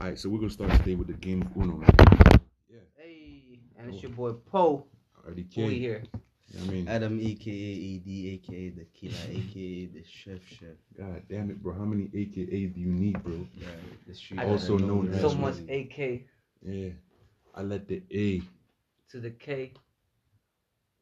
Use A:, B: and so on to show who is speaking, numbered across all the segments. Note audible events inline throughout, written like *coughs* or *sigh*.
A: All right, so we're gonna start today with the game of Uno, man.
B: Hey, and it's your boy Poe.
A: Already
B: Who we
A: kid.
B: here?
A: I mean,
C: Adam, aka Ed, aka the
B: *laughs*
C: killer, aka the chef, chef.
A: god damn it, bro. How many AKA do you need, bro?
C: Yeah, the street.
B: I Also
C: gotta know
A: known
C: the
A: as-
B: So
C: rest.
B: much AK
A: Yeah, I let the A.
B: to the K.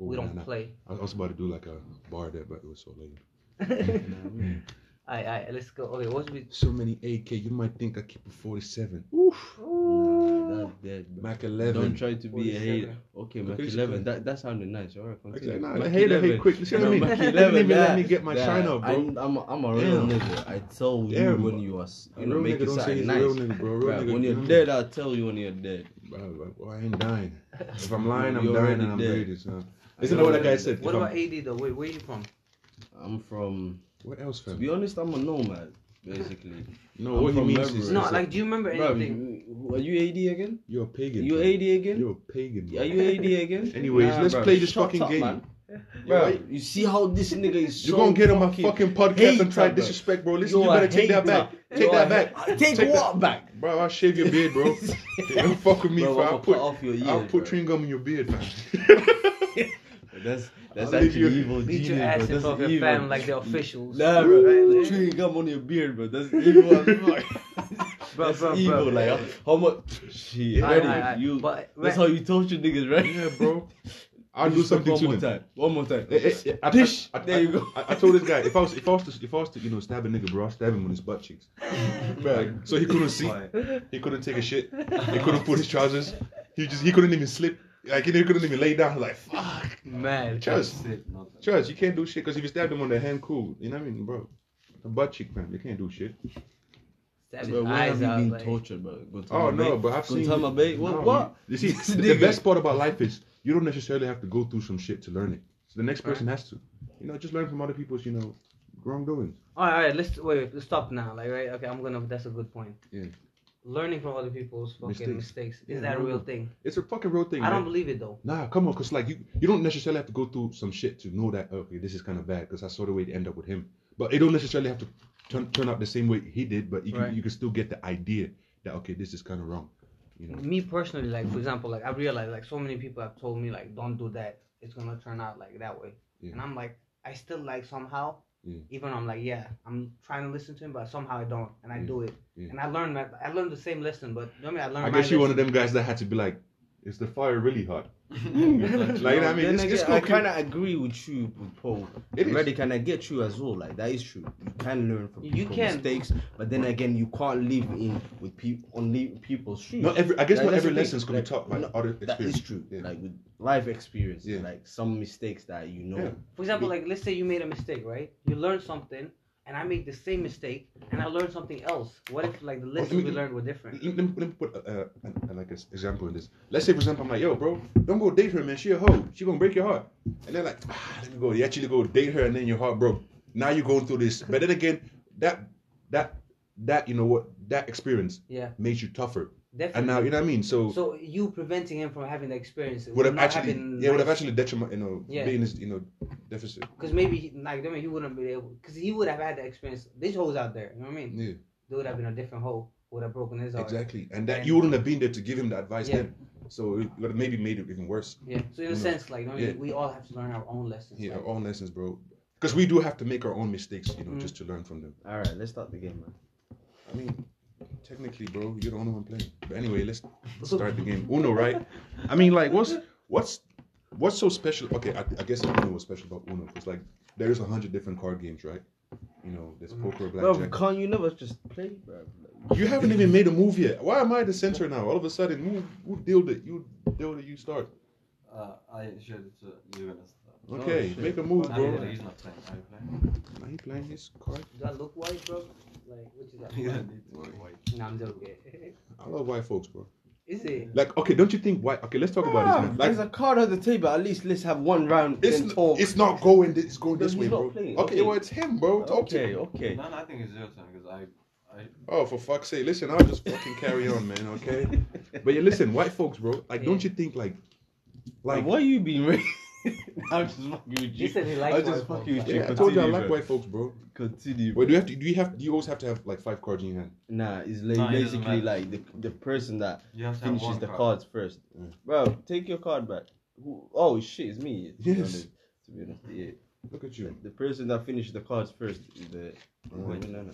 A: Oh,
B: we
A: nah,
B: don't
A: nah.
B: play. *laughs*
A: I was about to do like a bar there, but it was so late.
B: alright,
C: *laughs* Nah, we-
B: alright, let's go. Okay, what's we?
A: So many AK, you might think I keep a 47. Oof.
C: nah,
B: Ooh.
C: that's dead, bro.
A: Mac
C: Don't
A: 11.
C: try to be a
B: 47.
C: hater. Okay, Mac
A: Okay, so-
C: 11. That, that sounded nice. All right,
A: Actually,
C: continue.
A: nah,
C: Mac
A: hate, hate
C: 11.
A: quick. You see what I
C: No,
A: mean?
C: Mac
A: They *laughs* didn't
C: 11,
A: even let
C: that-
A: me get my
C: that-
A: shine up, bro.
C: I'm, I'm, a, I'm a real
A: Damn.
C: nigga. I tell you
A: Damn,
C: when
A: bro.
C: you are, s-
A: A
C: you know,
A: real
C: make
A: nigga
C: it
A: don't say
C: sound
A: he's a
C: nice.
A: real nigga, bro. Real
C: Bruh,
A: nigga-
C: when you're
A: Mm. *laughs*
C: dead, I'll tell you when you're dead.
A: Bro, bro, I ain't
C: *laughs*
A: dying. If I'm lying, I'm
C: You
A: dying and
C: already
A: I'm
C: dead.
A: rated, son. Listen to what that guy said. If
B: What
A: I'm-
B: about AD though? Wait, where you from?
C: I'm from.
A: What else,
C: To
A: fam?
C: be honest, I'm a nomad, basically.
A: No,
C: I'm
A: what he
C: from
A: means
C: Melbourne.
A: is
C: It's
B: No,
A: is that
B: like, do you remember
C: Bro,
B: anything?
C: you- are you AD again?
A: you're a pagan.
C: You
A: bro.
C: AD again?
A: You're a pagan. bro.
C: Are you
A: *laughs*
C: AD again?
A: Anyways, let's play this
C: shut
A: fucking
C: up,
A: game.
C: man.
A: Bro,
C: Bro, you see how this nigga is.
A: You're
C: so
A: gonna get on my fucking podcast and try
C: hater, bro.
A: disrespect, bro. Listen, you
C: You're a
A: better take that
C: hater.
A: back. Take
C: You're a
A: that back.
C: ha- Take, what back?
A: Bro, I'll shave your beard,
C: *laughs*
A: bro. Don't fuck with me,
C: Bro,
A: bro. I'll
C: I'ma
A: put,
C: cut off your
A: I'll
C: ears,
A: put
C: bro.
A: chewing gum in your beard, man.
C: That's that's
A: I'll leave
C: actually
A: you-
C: evil
B: Beat
C: genius.
B: your ass
C: bro.
B: in front of
C: That's
B: your
C: evil.
B: fam like the officials.
C: Nah, bro.
B: Right,
C: Chewing gum on your beard, bro. *laughs* That's evil. as fuck.
B: Bro,
C: that's
B: bro,
C: evil.
B: bro.
C: Like how- how much? Shit.
B: Aight,
C: Eddie,
B: aight, aight.
C: you.
B: But-
C: that's how you torture niggas, right?
A: yeah, bro. I'll do
C: Just
A: something
C: *laughs* one
A: to
C: more
A: them.
C: time. One more time.
A: Eh, eh, eh, I,
C: Dish.
A: I, I,
C: there you go.
A: I, I told this guy if I was if I was to if I was to you know stab a nigga, bro, I'll stab him with his butt
C: *laughs*
A: cheeks. Like, so he couldn't see, he couldn't take a shit, he couldn't put his trousers, he just he couldn't even slip. Like he couldn't even lay down. Like fuck,
B: Man,
A: trust, trust. You can't do shit because if you stab him on the hand, cool. You know what I mean, bro? The butt cheek, man. You can't do shit.
B: stab his
C: Bro, why have
B: eyes
C: you
B: out.
C: been
B: like-
C: tortured, bro?
A: Oh
C: Guantanamo
A: no,
C: Bay?
A: but I've seen.
C: Guantanamo Bay. What?
A: No, *laughs*
C: what?
A: You, you
C: This
A: see, the
C: nigga.
A: best part about life is you don't necessarily have to go through some shit to learn it. So the next person has to. You know, just learn from other people's, you know, wrongdoings.
B: All right, all right. Let's wait, wait. Let's stop now. Like, right? Okay, I'm gonna. That's a good point.
A: Yeah.
B: Learning from other people's fucking mistakes,
A: Yeah,
B: is that a
A: no,
B: real
A: no.
B: thing?
A: It's a fucking real thing.
B: I don't
A: man.
B: believe it though.
A: Nah, come on, cause like you, you don't necessarily have to go through some shit to know that okay, this is kind of bad. Cause I saw the way it ended up with him, but it don't necessarily have to turn turn out the same way he did. But you can
B: Right.
A: you can still get the idea that okay, this is kind of wrong. You know,
B: Me personally, like for example, like I realize like so many people have told me like don't do that. It's gonna turn out like that way,
A: Yeah.
B: and I'm like I still like somehow.
A: Yeah.
B: Even though I'm like yeah, I'm trying to listen to him, but somehow I don't, and I
A: Yeah.
B: do it,
A: Yeah.
B: and I learned that I learned the same lesson, but you know what I mean I learned.
A: I
B: my
A: guess you're one of
B: lesson.
A: them guys that had to be like, is the fire really hot?
C: *laughs* like,
A: I mean,
C: then
A: it's-
C: again,
A: it's
C: I
A: cool.
C: kind of agree with you, with Paul.
A: It is.
C: Ready? Can I get you as well? Like that is true. You can learn from
B: You
C: people's
B: can.
C: mistakes, but then again, you can't live in with people on li- people's shoes.
A: Not every, I guess
C: Like,
A: not
C: that's
A: every
C: the thing.
A: lessons can be
C: Like,
A: taught by
C: no,
A: other
C: That is
A: experience.
C: true.
A: Yeah.
C: Like with life experiences,
A: Yeah.
C: like some mistakes that you know.
A: Yeah.
B: For example, like let's say you made a mistake, right? You learned something, and I made the same mistake, and I learned something else. What if like the lessons
A: me-
B: we learned were different?
A: Let, let, me- let me put uh, uh, like an example in this. Let's say, for example, I'm like, yo, bro, don't go date her, man. She a hoe. She gonna break your heart. And they're like, ah, let me go. You actually go date her, and then your heart broke. Now you're going through this. But then again, that that that you know what that experience
B: Yeah,
A: made you tougher.
B: definitely.
A: And now you know what I mean. So,
B: So you preventing him from having the experience
A: would have
B: not
A: actually
B: having,
A: yeah would have
B: like-
A: actually detriment you know
B: Yeah.
A: being this you know deficit.
B: Because maybe he, like I mean, he wouldn't be able because he would have had the experience. These hoes out there, you know what I mean?
A: Yeah,
B: They would have been a different hoe, would have broken his heart.
A: exactly. And that
B: And-
A: you wouldn't have been there to give him the advice
B: Yeah.
A: then. So it would have maybe made it even worse.
B: Yeah. So in a
A: No.
B: sense, like you know what I mean?
A: Yeah.
B: we all have to learn our own lessons.
A: Yeah,
B: like-
A: our own lessons, bro. Because we do have to make our own mistakes, you know,
B: Mhm.
A: just to learn from them.
C: All right, let's start the game, man.
A: I mean, technically, bro, you're the only one playing. But anyway,
B: *laughs*
A: let's start the game. Uno, right? I mean, like, what's what's what's so special? Okay, I, I guess I know what's special about Uno because like there's a hundred different card games, right? You know, there's
B: Mm.
A: poker,
C: Bro,
A: blackjack.
C: can't you never just play, bro?
A: You haven't even made a move yet. Why am I the center now? All of a sudden, who who dealt it? You dealt it. You start.
D: Uh, I should uh, you gonna start.
A: Okay,
C: Oh, shit. eh?
A: make a move,
D: I
A: bro.
D: mean,
A: Now
D: he's not playing. I playing.
A: he playing his card.
B: Do I look white, bro? Like what is that?
D: Yeah, need to be white.
B: Nah, I'm joking. *laughs*
A: I love white folks, bro.
B: is it?
A: Like, okay, don't you think white? Okay, let's talk about this, man. Like,
C: there's a card on the table. At least let's have one round.
A: It's,
C: then talk.
A: it's not going. th- It's going
C: No,
A: this
C: he's
A: way,
C: not
A: bro.
C: playing.
A: Okay,
C: Okay.
A: well it's him, bro. Talk to
C: okay,
A: him.
C: okay. *laughs*
D: No, no, I think it's your turn because I, I.
A: Oh, for fuck's sake! Listen, I'll just fucking carry on, man. Okay. But yeah, listen, white folks, bro. Like, don't you think like,
C: Like,
A: like?
C: why you being racist? *laughs* I'm just fucking with you.
B: He said he likes
C: I'm just
B: white
C: fucking
B: folks,
C: with you.
A: Yeah, I told you I
C: Continue,
A: like
C: bro.
A: white folks, bro.
C: Continue.
A: Wait, do you have to? Do you have? Do you always have to have like five cards in your hand?
C: Nah, it's like
D: Nah, it doesn't
C: basically
D: matter.
C: like the, the person that
D: You have to have
C: finishes
D: one
C: the
D: card.
C: cards first. Bro, take your card back. Who, oh shit, it's me. To be
A: Yes.
C: honest, to be honest, yeah.
A: Look at you.
C: The person that finished the cards first is the
A: Right.
C: no, no, no.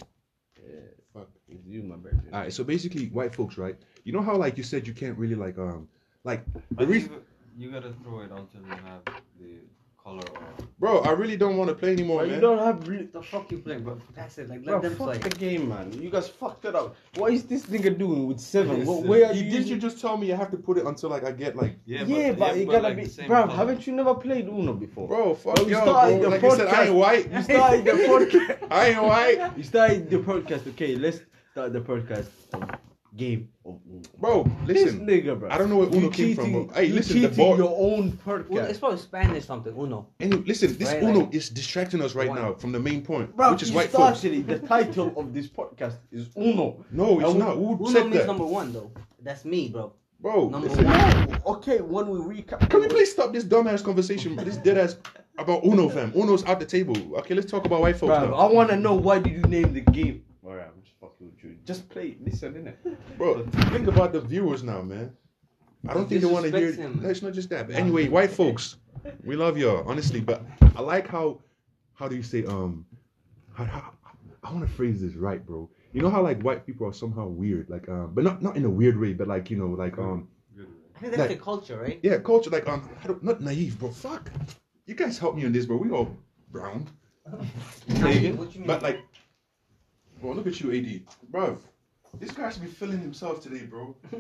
C: Yeah,
A: Fuck.
C: it's you, my brother.
A: All right. So basically, white folks, right? You know how like you said you can't really like um like the
D: But
A: reason,
D: you, you gotta throw it until you have the color or
A: bro. I really don't want to play anymore,
C: But you
A: man.
C: don't have re-
B: The fuck you playing, bro? That's it. Like
C: Bro,
B: let them
C: fuck
B: play.
C: the game, man. You guys fucked it up. What is this nigga doing with seven? What,
D: Listen,
C: where are
A: You,
C: you?
A: did you just tell me I have to put it until like I get like,
D: yeah,
C: yeah, but,
D: yeah,
C: you gotta
D: like the
C: be,
D: same
C: bro.
D: color.
C: Haven't you never played Uno before?
A: bro? Fuck
C: Bro, we
A: y'all,
C: started
A: bro.
C: the
A: Like I said, I ain't white.
C: You started *laughs* the podcast.
A: I ain't white,
C: You started the podcast. Okay, let's start the podcast. Of game of Uno.
A: bro. Listen,
C: this nigga, bro.
A: I don't know where Uno
C: You
A: came from,
C: cheating-
A: bro. Hey,
C: you
A: listen, the
C: cheating
A: board-
C: your own podcast.
B: Uno, it's probably Spanish something. Uno.
A: and listen, this
B: Right,
A: Uno
B: like-
A: is distracting us right
B: Why?
A: now from the main point,
C: Bro,
A: which is
C: you
A: white folks.
C: started it. *laughs* The title of this podcast is Uno.
A: No, it's
C: And we-
A: not. Who
B: Uno
A: said
B: means
A: that,
B: number one though. That's me, bro.
A: bro?
B: number
A: listen.
B: one.
C: Okay, when we recap,
A: Can we please stop this dumbass conversation, this dead ass about Uno, fam? Uno's out the table. Okay, let's talk about white folks
C: Bro,
A: now.
C: I want to know why did you name the game? Alright, I'm just fucking with you. Just play, listen, innit? *laughs*
A: Bro, think about the viewers now, man. I don't think they want to hear.
B: Disrespect him.
A: No, it's not just that. But anyway, white folks, we love y'all, honestly. But I like how, how do you say, um, how, how, I want to phrase this right, bro. You know how like white people are somehow weird, like um, but not not in a weird way, but like you know, like um,
D: Good way.
B: I think that's
A: Like-
B: the culture, right?
A: yeah, culture, like um, I don't, not naive, bro. Fuck, you guys help me on this, bro. We all brown.
C: *laughs* Say again?
B: What you mean?
A: But like, bro, look at you, AD, bro. This guy should be feeling himself today, bro. I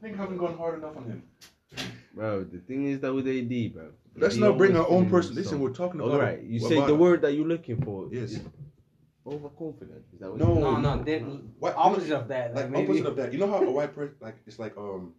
A: think I haven't gone hard enough on him.
C: Bro, the thing is that with AD, bro.
A: Let's
C: he
A: not bring our
C: always
A: own
C: doing
A: person.
C: this
A: Listen,
C: song.
A: we're talking about.
C: Alright, you
A: about-
C: say the word that you're looking for.
A: Yes.
C: is Overconfident. Is that what
A: No.
C: you
B: no, no, they,
A: What-
B: opposite of that.
A: Like
B: Like, maybe.
A: opposite of that. You know how a white person like it's like um.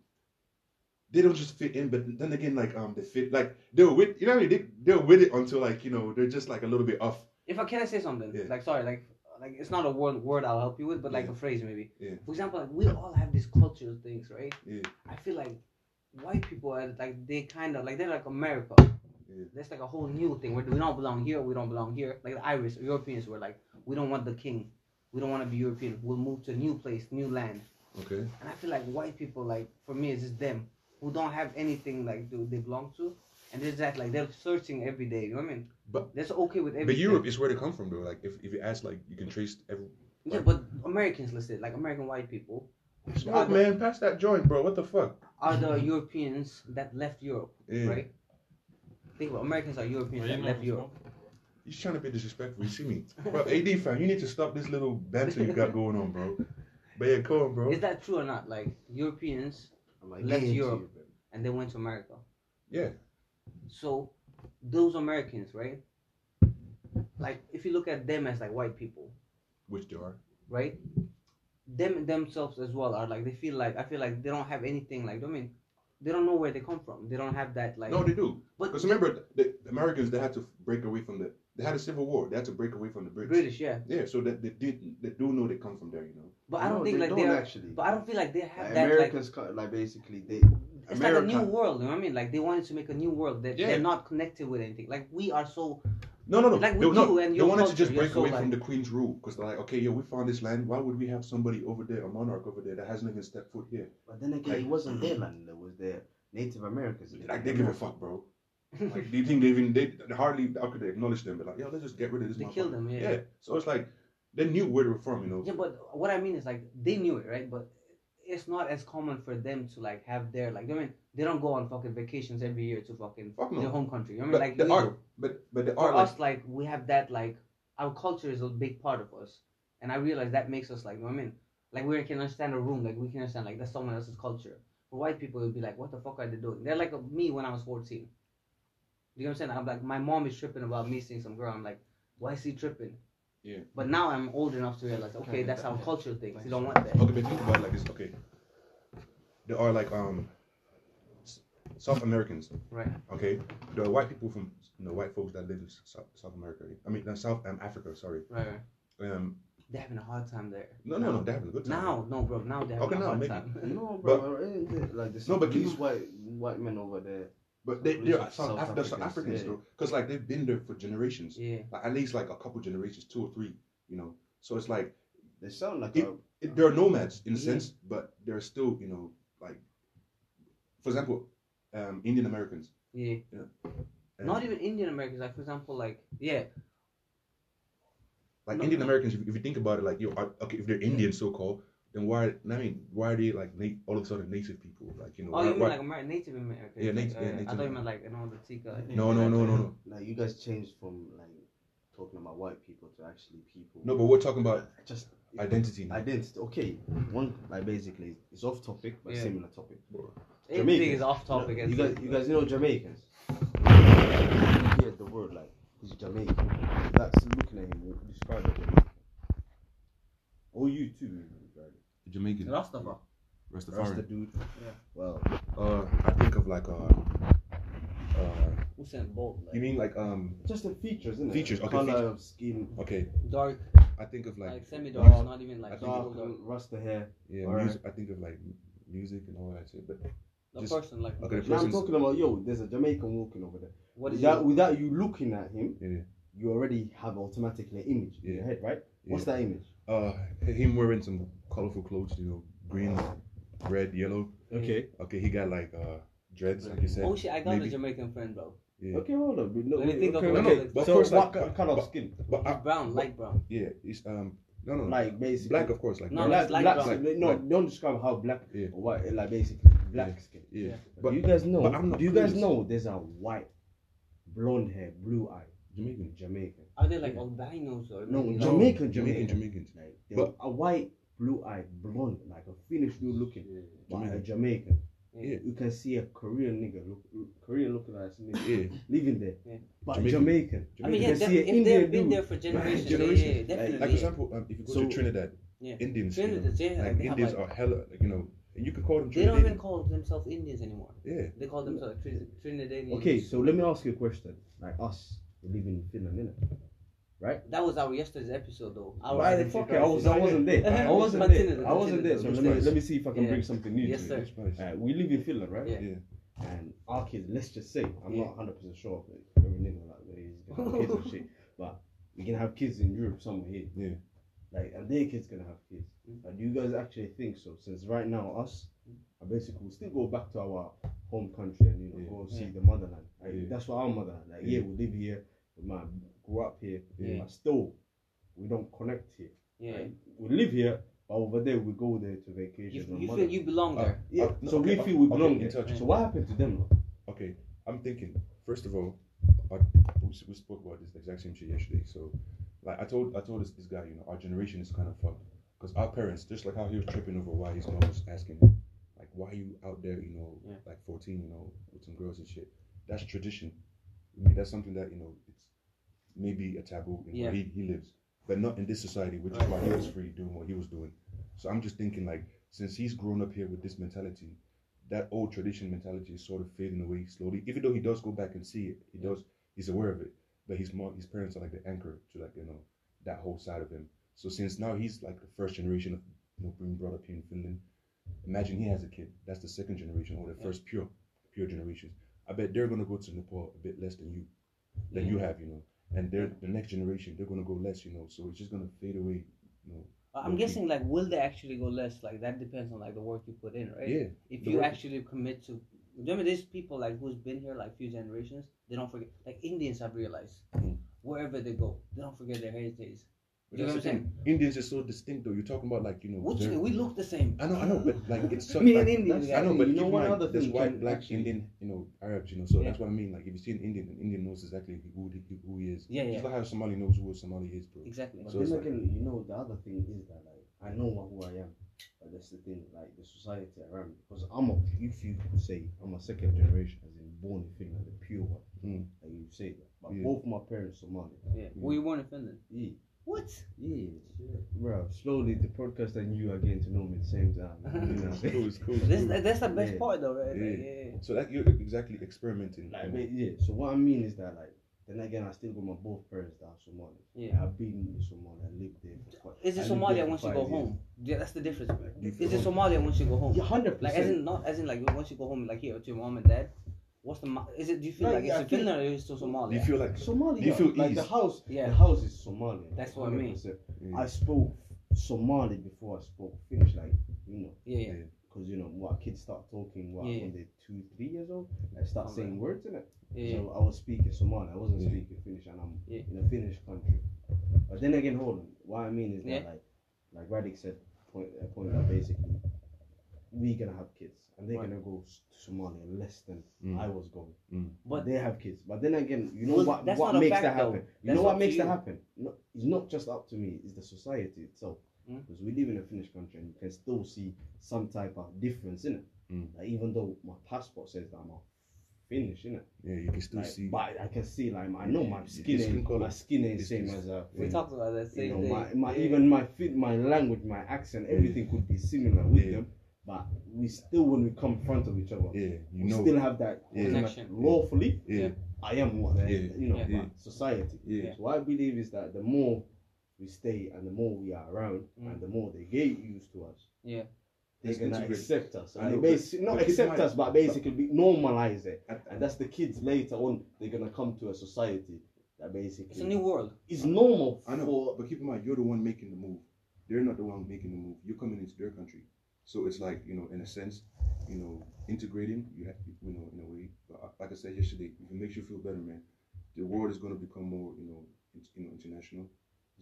A: They don't just fit in, but then again, like um, they fit like they're with you know what I mean? They, they're with it until like you know they're just like a little bit off.
B: If I can I say something,
A: Yeah.
B: like sorry, like like it's not a word word I'll help you with, but like
A: Yeah.
B: a phrase maybe.
A: Yeah.
B: For example, like we all have these cultural things, right?
A: Yeah.
B: I feel like white people are like they kind of like they're like America.
A: Yeah.
B: That's like a whole new thing where we don't belong here, we don't belong here. Like the Irish, Europeans were like, we don't want the king, we don't want to be European. We'll move to a new place, new land.
A: Okay.
B: And I feel like white people, like for me, it's just them who don't have anything like do they belong to, and there's that like they're searching every day. You know what I mean?
A: But-
B: that's okay with everything.
A: But Europe is where they come from, though. Like if, if you ask, like you can trace every.
B: Yeah, but Americans, let's say, like American white people,
A: Smoke, man, pass that joint, bro. What the fuck?
B: are the
C: Mm-hmm.
B: Europeans that left Europe,
A: Yeah.
C: Mm.
B: right? Think about Americans are Europeans
D: Well, you
B: that
D: know
B: left
D: what's
B: Europe.
A: He's trying to be disrespectful. You see me, *laughs* bro? AD fam, you need to stop this little banter you got going on, bro. But yeah, come on, bro.
B: Is that true or not? Like Europeans,
C: I'm like,
B: Let's
C: yeah,
B: Europe. and they went to America.
A: Yeah.
B: So, those Americans, right? Like, if you look at them as like white people,
A: Which they are.
B: right? Them themselves as well are like they feel like I feel like they don't have anything like I mean, they don't know where they come from. They don't have that like.
A: No, they do.
B: but
A: Because remember, the the Americans they had to break away from the. They had a civil war. They had to break away from the British.
B: British, yeah.
A: Yeah, so that they did. They do know they come from there, you know.
B: But I don't
C: No,
B: think
C: they
B: like
C: don't
B: they are.
C: actually.
B: But I don't feel like they have
C: Like,
B: that like
C: Americans, like, like basically, they.
B: It's
C: America,
B: like a new world, you know what I mean? Like they wanted to make a new world that
A: Yeah.
B: they're not connected with anything. Like we are so
A: No, no, no.
B: Like
A: they,
B: with
A: no,
B: you and
A: they
B: your
A: wanted to
B: culture,
A: just
B: you're
A: break
B: so
A: away from
B: like-
A: the Queen's rule because they're like, okay, yo, we found this land. Why would we have somebody over there, a monarch over there, that hasn't even stepped foot here?
C: But then again, it wasn't their land, it was their Native Americans.
A: Like they give a fuck,
B: *laughs*
A: bro. Like, do you think they even they hardly how could they acknowledge them? But like, yo, let's just get rid of this.
B: They
A: motherfucker.
B: killed them, yeah.
A: yeah. So it's like they knew where they were from, you know.
B: Yeah, but what I mean is like they knew it, right? But it's not as common for them to like have their like you know what I mean they don't go on fucking vacations every year to fucking
A: Fuck no.
B: their home country. You know
A: but
B: what I mean?
A: the
B: Like we do.
A: art, but but the
B: for
A: art, like,
B: us like we have that like our culture is a big part of us. And I realize that makes us like you know what I mean? Like we can understand a room, like we can understand like that's someone else's culture. For white people it'd be like, What the fuck are they doing? They're like uh, me when I was fourteen. You know what I'm saying? I'm like, my mom is tripping about me seeing some girl. I'm like, why is he tripping?
A: Yeah.
B: But now I'm old enough to realize, okay,
D: Okay,
B: that's
D: that-
B: our
D: that-
B: culture thing.
D: that-
B: You don't want that.
A: okay, but think about it like this. Okay, there are like um S- South Americans.
B: Right.
A: Okay, there are white people from you know white folks that live in S- South, South America. I mean, no, South um, Africa. Sorry.
B: Right, right.
A: Um,
B: They're having a hard time there.
A: no, no, no, they're having a good time.
B: Now, no, bro. Now they're having
A: Okay,
B: a
A: *laughs* now,
B: hard
A: maybe.
B: time.
C: No,
A: But-
C: bro. ain't it like the
A: No, but
C: these
A: you-
C: white white men over there,
A: But they,
D: South
A: they're
D: Africa-
A: South,
D: South
A: Af- they're South
D: Africans,
A: Africans,
D: yeah.
A: though, because like they've been there for generations,
B: Yeah.
A: like at least like a couple generations, two or three, you know. So it's like
C: They sound like
A: It-
C: a
A: it, they're nomads in a
B: Mhm.
A: sense, but they're still, you know, like, for example, um, Indian Americans. Um,
B: Yeah.
A: Yeah.
B: Not even Indian Americans. Like for example, like yeah,
A: like
B: no,
A: Indian
B: no.
A: Americans. If, if you think about it, like you are okay, if they're Indian, so called, then why? I mean, why are they like na- all of a sudden native people? Like you know,
B: Oh,
A: why,
B: you mean
A: why-
B: like Amer- Native American?
A: Yeah, nat- yeah,
B: I
A: Native
B: thought you meant like you know the Tika.
A: no, no, no, no, no,
C: now you guys changed from like talking about white people to actually people.
A: no. But we're talking about
C: just
A: identity. Now.
C: identity. Okay, one like basically it's off topic but
B: Mm-hmm. Yeah.
C: similar topic.
B: Everything
C: Jamaican.
B: is off topic.
C: You,
B: and
C: guys,
B: stuff.
C: you guys know Jamaicans. You hear the word like he's Jamaican. That's looking at him. Describe it. Or you too.
A: Jamaican,
B: Rastafari.
C: That's the
A: Rastafarian.
C: dude.
B: Yeah.
C: Well,
A: Uh, I think of like uh, uh,
B: Usain Bolt.
A: you
B: Like,
A: mean like um,
C: just the features, isn't it?
A: Features, okay,
C: Color
A: features.
C: of skin,
A: okay,
B: dark,
A: I think of
B: like,
A: like
B: semi dark,
C: dark,
B: not even
A: I
B: like
A: think
C: dark,
B: dark. dark.
C: rasta hair.
A: yeah,
C: Alright.
A: music. I think of like music and all that shit. But
B: The
A: just-
B: person, like,
A: okay, the
C: Now I'm
A: person's-
C: talking about yo. There's a Jamaican walking over there.
B: what is
C: without,
B: it?
C: without you looking at him,
A: Yeah.
C: you already have automatically an image in
A: Yeah.
C: your head, right? What's that image?
A: uh him wearing some colorful clothes, you know, green, red, yellow.
B: Okay.
A: Okay, he got like uh dreads, like you said.
B: Oh shit! I got
A: maybe.
B: a Jamaican friend, bro.
A: Yeah.
C: Okay, hold on. No,
B: Let me
C: wait,
B: think of
C: okay,
B: what
C: okay.
B: it is.
A: But
C: so
A: of course,
C: what
A: like,
C: ki- kind of
A: but-
C: skin?
A: But
B: He's
A: I,
B: brown, light brown.
A: yeah, he's um no no
C: Like basically
A: black of course like
B: No,
A: black.
B: that's
C: black,
B: light
C: black,
A: brown.
C: no,
A: Like-
C: don't describe how black
A: Yeah.
C: or white, like basically black skin.
A: yeah.
B: Yeah.
A: But
C: do you guys know?
A: but I'm not
C: do you guys
A: clueless.
C: know? There's a white, blonde hair, blue eye,
A: Jamaican,
C: Jamaican.
B: Are they like albinos or
C: No,
B: maybe, like,
C: Jamaican,
A: No, Jamaican,
C: Jamaican.
A: Jamaicans.
C: Like, they were a white, blue eye, blonde, like a finished dude looking, but a Jamaican.
B: Yeah.
C: You can see a Korean nigga look, Korean looking ass
A: *coughs*
C: nigga
A: Yeah,
B: *laughs*
C: living there,
B: Yeah.
C: but
A: Jamaican.
C: Jamaican.
B: I mean,
C: You
B: yeah,
C: can see
B: def-
C: an
B: if
C: Indian
B: they've been
C: dude.
B: there for generations, yeah,
A: generations.
B: yeah, definitely.
A: like for example, um, if you go
C: So-
A: to Trinidad,
B: Yeah.
A: Indians, you know,
B: Trinidad, yeah,
A: like
B: they have,
A: Indians
B: like-
A: are hella, like, you know, and you could call them
B: they don't even
A: Trinidadian.
B: call themselves Indians anymore.
A: Yeah,
B: They call themselves
A: Mm.
B: Trin- Trinidadians.
C: Okay, so let me ask you a question. Like us, we live in Finland, innit?
B: That was our yesterday's episode, though. Our
C: Why the
B: identity
C: fuck? I
B: crisis.
C: was, I wasn't
B: *laughs*
C: there. I wasn't
B: Continue,
C: there. I wasn't there. So let me, let me see if I can
B: Yeah.
C: bring something new.
B: Yes,
C: to
B: sir.
C: It.
A: that's nice.
C: Alright, Uh, we live in Finland, right?
B: Yeah.
A: Yeah.
C: And our kids, let's just say, I'm
B: Yeah.
C: not 100 percent sure of it. Every nigga like where he's gonna
B: *laughs*
C: have kids and shit, but we can have kids in Europe somewhere here.
A: Yeah.
C: Like, and their kids gonna have kids.
B: Mm.
C: Now, do you guys actually think so? Since right now, us, I basically will still go back to our home country and you know
A: Yeah.
C: go and see
B: Yeah.
C: the motherland. Like,
A: Yeah.
C: That's what our motherland. Like,
A: Yeah.
C: yeah, we live here. We might grew up here,
B: Yeah.
C: but still, we don't connect here.
B: Yeah.
C: Like, we live here, but over there we go there to vacation.
B: You,
C: and
B: you
C: mother-
B: feel you belong
A: Uh,
B: there.
C: yeah,
A: Uh, no,
C: so
A: okay,
C: we
A: but-
C: feel we
A: okay,
C: belong
A: in
C: there.
A: touch.
C: So what happened to them? Like?
A: Okay, I'm thinking. First of all, I, we, s- we spoke about this exact same shit yesterday. So, like I told I told this, this guy, you know, our generation is kind of fucked because our parents, just like how he was tripping over why his mom was asking, him, like, why you out there, you know,
B: Yeah.
A: like 14, you know, with some girls and shit. That's tradition. I mean, that's something that you know it's maybe a taboo in
B: Yeah.
A: where he, he lives, but not in this society, which is why he was free doing what he was doing. So I'm just thinking like, since he's grown up here with this mentality, that old tradition mentality is sort of fading away slowly. Even though he does go back and see it, he does he's aware of it. But his mom, his parents are like the anchor to like you know that whole side of him. So since now he's like the first generation of you know being brought up here in Finland, imagine he has a kid. That's the second generation or the
B: Yeah.
A: first pure pure generations. I bet they're gonna go to Nepal a bit less than you than
B: Yeah.
A: you have, you know. And they're the next generation. They're gonna go less, you know. So it's just gonna fade away, you know.
B: Uh, I'm
A: Okay.
B: guessing like will they actually go less? Like that depends on like the work you put in, right?
A: Yeah,
B: If
A: the
B: you
A: work-
B: actually commit to, remember there's people like who's been here like few generations. They don't forget. Like Indians have realized
A: Mm.
B: wherever they go, they don't forget their heritage.
A: But
B: You know
A: that's
B: what I'm
A: the thing. Indians are so distinct, though. You're talking about like you know.
B: What you
A: they're-
B: mean? We look the same.
A: I know, I know, but like it's so
B: *laughs* Me
A: like,
B: and Indians,
A: that's- I know,
C: yeah.
A: but
C: You
A: you
C: know,
A: know,
C: one
A: mind,
C: other
A: there's
C: thing
A: white,
C: can
A: black,
C: actually-
A: Indian, you know, Arabs, you know. So
B: Yeah.
A: that's what I mean. Like if you see an Indian, an Indian knows exactly who he, who he is.
B: Yeah, yeah.
A: Just like how Somali knows who a Somali is, bro.
B: Exactly.
C: But
A: So it's
C: then
A: like-
C: again, you know, the other thing is that like I know what- who I am, but that's the thing, like the society around me. Because I'm a, if you could say I'm a second generation, as in born in Finland, the pure one,
A: Mm.
C: and you say that. But
A: Yeah.
C: both my parents are Somali.
B: Yeah. Were you born in Finland?
C: Yeah,
B: What?
C: yeah, bro. Slowly, the podcast and you are getting to know me at the same time. You know?
A: *laughs* It's cool, it's cool. it's
B: This,
A: cool.
B: that's the best
C: Mm. Yeah.
B: part though, right? Like,
A: Yeah.
B: yeah. yeah.
A: So that you're exactly experimenting.
C: *laughs* Like,
A: you know.
C: but yeah. So what I mean is that like. Then again, I still got my both parents that are Somali.
B: Yeah.
C: I've been in Somalia, I lived there for quite.
B: Is
C: I
B: it
C: lived there
B: Somalia
C: for
B: once you
C: five
B: go
C: years.
B: home? Yeah, that's the difference.
A: You
B: Is it
A: feel-
B: Somalia once you go home?
C: Yeah, hundred
B: Like as
C: percent.
B: in not as in like once you go home like here to your mom and dad, What's the ma- is it? Do you feel
C: No,
B: like
C: yeah,
B: it's
C: I
B: in
C: feel-
B: Finland or is it still
A: Do you
B: Somalia?
A: feel like
C: Somalia.
A: You feel
C: like
A: ease.
C: the house.
B: Yeah.
C: The house is Somalia.
B: That's what I mean.
C: 100%.
A: Yeah.
C: I spoke Somali before I spoke Finnish. Like you know,
B: Yeah, yeah.
C: because you know, what kids start talking what,
B: Yeah.
C: when they're two, three years old, they start
B: Okay.
C: saying words in it.
B: yeah, yeah.
C: So I was speaking Somali, I wasn't
A: Yeah.
C: speaking Finnish, and I'm
B: Yeah.
C: in a Finnish country. But then again, hold on. What I mean is that,
B: Yeah.
C: like, like Radik said, point, a point that basically we gonna have kids, and they're
B: Right.
C: gonna go s- to Somalia less than
A: Mm.
C: I was going.
B: But
C: But they have kids. But then again, you know
B: Well,
C: what?
B: that's
C: What
B: not a
C: makes
B: fact,
C: that
B: though.
C: happen? You
B: That's
C: know
B: up
C: what
B: to
C: makes that
B: you.
C: happen? No, it's not just up to me. It's the society itself.
B: Mm.
C: Because we live in a Finnish country, and you can still see some type of difference in it.
B: Hmm.
A: Mm.
C: Like even though my passport says that I'm a Finnish, innit?
A: yeah, you can still
C: Like,
A: see.
C: But I can see, like, I know my
A: The
C: skin,
A: skin
C: ain't,
A: colour.
C: my skin ain't
A: It's
C: same
A: just-
C: as a.
B: we
A: Yeah.
B: talked about that
C: You
B: same
C: know,
B: thing.
C: my, my
B: Yeah.
C: even my fit, my language, my accent,
A: Yeah.
C: everything could be similar with
A: Yeah.
C: them. But we still, when we come in front of each other,
A: yeah, you
C: we
A: know.
C: still have that
A: Yeah.
C: connection.
B: Connection.
C: Lawfully,
A: yeah,
C: I am what I-
A: Yeah.
C: you know,
B: Yeah.
C: but
A: Yeah.
C: society.
A: yeah,
C: So what I believe is that the more we stay and the more we are around
B: Mm.
C: and the more they get used to us,
B: Yeah.
C: they're
A: It's
C: gonna
A: integrated.
C: accept us.
A: I
C: And they
A: know, but-
C: basi- not
A: but kids
C: accept
A: might-
C: us, but basically be- normalize it.
A: I- I-
C: And that's the kids later on, they're gonna come to a society that basically
B: it's a new world.
C: is normal
A: I know,
C: for
A: but keep in mind, you're the one making the move. They're not the one making the move. You're coming into their country, so it's like you know, in a sense, you know, integrating. You have, you know, in a way. But I- like I said yesterday, if it makes you feel better, man, the world is going to become more, you know, in, you know, international.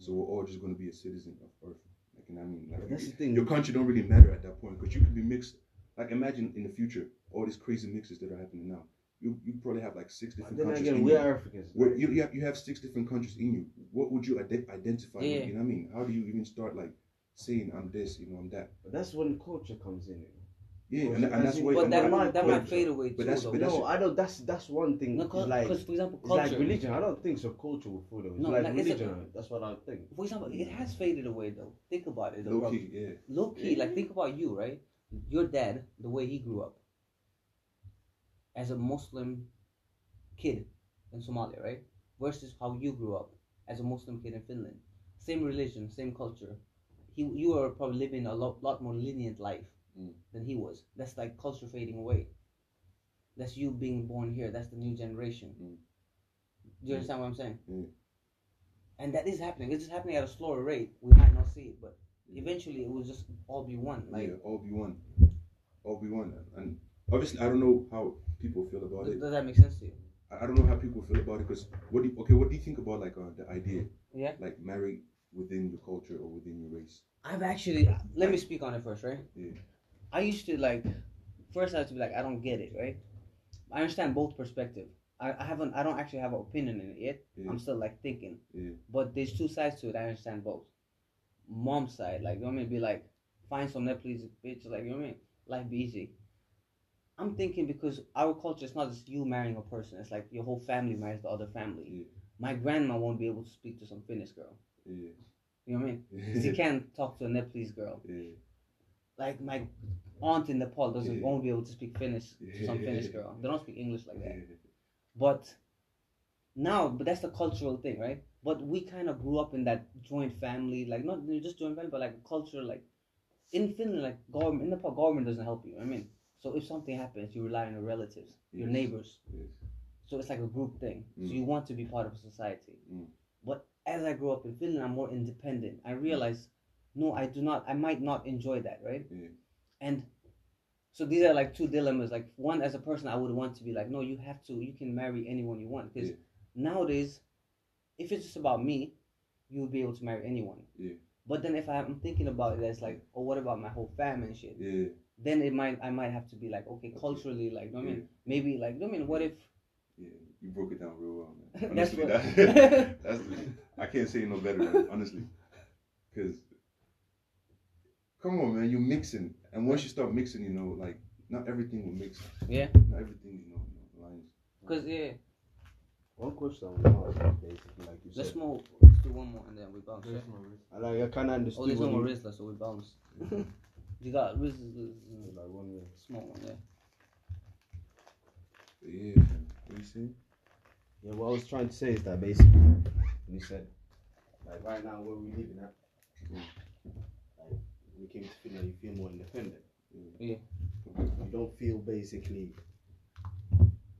A: So we're all just going to be a citizen of Earth. Like, and I mean, like,
C: But that's the
A: you-
C: thing.
A: your country don't really matter at that point because you could be mixed. Like, imagine in the future all these crazy mixes that are happening now. You you probably have like six
C: But
A: different
C: then
A: countries.
C: again,
A: in
C: we
A: you.
C: are Africans.
A: Well,
C: right?
A: you, you, have, you have six different countries in you. What would you ide- identify
B: Yeah.
A: with? You know what I mean? How do you even start like saying I'm this, you know, I'm that?
C: But that's when culture comes in. You know?
A: Yeah,
C: Well,
A: and,
C: so
A: and
C: that's
A: that's
C: it.
A: why.
B: but
A: and
B: that
A: that-
B: might, that might
A: but-
B: fade away too.
A: but that's-
B: though.
A: but that's-
C: no, I don't. That's that's one thing.
B: no,
C: it's
B: because
C: like
B: for example,
C: it's
B: culture.
C: like religion. I don't think so. Culture will follow. It's
B: No,
C: like,
B: like, it's a-
C: religion. that's what I think.
B: For example, it has faded away though. Think about it. the
A: Low
B: problem.
A: key, yeah.
B: low key, like think about you, right? Your dad, the way he grew up as a Muslim kid in Somalia, right? Versus how you grew up as a Muslim kid in Finland. Same religion, same culture. He, you are probably living a lot, lot more lenient life
A: Mm.
B: than he was. That's like culture fading away. That's you being born here. That's the new generation.
A: Mm.
B: Do you understand what I'm saying?
A: Mm.
B: And that is happening. It's just happening at a slower rate. We might not see it, but
A: Yeah.
B: eventually it will just all be one. Like
A: Mm. yeah, all be one, all be one. And obviously, I don't know how people feel about
B: Does,
A: it.
B: does that make sense to you?
A: I I don't know how people feel about it because what do you, okay? What do you think about like uh, the idea
B: Yeah.
A: like marry within your culture or within your race?
B: I've actually let me speak on it first, right?
A: Yeah.
B: I used to like first I used to be like I don't get it, right? I understand both perspective. I, I haven't I don't actually have an opinion in it yet.
A: Yeah.
B: I'm still like thinking.
A: Yeah.
B: But there's two sides to it. I understand both. Mom's side, like you want me to be like find some Nepalese bitch, like you know what I mean? Life be easy. I'm thinking because our culture is not just you marrying a person. It's like your whole family marries the other family.
A: Yeah.
B: My grandma won't be able to speak to some Finnish girl.
A: Yeah, *laughs*
B: You know what I mean?
A: yeah,
B: 'Cause She can't talk to a Nepalese girl.
A: yeah.
B: Like my aunt in Nepal doesn't
A: Yeah.
B: won't be able to speak Finnish to some Finnish
A: Yeah.
B: girl. They don't speak English like that. But now, but that's the cultural thing, right? But we kind of grew up in that joint family, like not just joint family, but like a culture, like in Finland, like government in Nepal, government doesn't help you. I mean, so if something happens, you rely on your relatives, your
A: Yes.
B: neighbors.
A: Yes.
B: So it's like a group thing. So
A: Mm.
B: you want to be part of society.
A: Mm.
B: But as I grew up in Finland, I'm more independent. I realized, no, I do not. I might not enjoy that, right?
A: Yeah.
B: And so these are like two dilemmas. Like one, as a person, I would want to be like, no, you have to. You can marry anyone you want because
A: Yeah.
B: nowadays, if it's just about me, you would be able to marry anyone.
A: Yeah.
B: But then if I'm thinking about it as like, oh, what about my whole family and shit?
A: yeah,
B: Then it might I might have to be like, okay,
A: Okay.
B: culturally, like, know what I
A: Yeah.
B: mean, maybe like, know what I mean, what if?
A: yeah. You broke it down real well, man.
B: *laughs* That's
A: Honestly,
B: what-
A: that- *laughs* That's
B: *laughs*
A: I can't say it no better, man, honestly. Because, come on, man, you're mixing. And once you start mixing, you know, like, not everything will mix.
B: Yeah.
A: Not everything, you know, you know, lines.
B: Because yeah,
C: One question I want to ask, basically, like you
B: let's
C: said,
B: move. Let's do one more and then we bounce. right?
D: There's no risk.
C: I like I kind of
B: Oh,
C: understood.
B: there's no
C: what
B: more
C: you-
B: wristless, so we bounce. *laughs* you got wrist,
C: like one way.
B: small one, yeah.
A: But yeah, man. Let me see.
C: Yeah, what I was trying to say is that basically, when you said, like right now where we living at,
A: Mm.
C: like we came to Finland, you
A: Mm-hmm.
C: feel more independent.
A: Yeah.
B: Yeah.
C: You don't feel basically.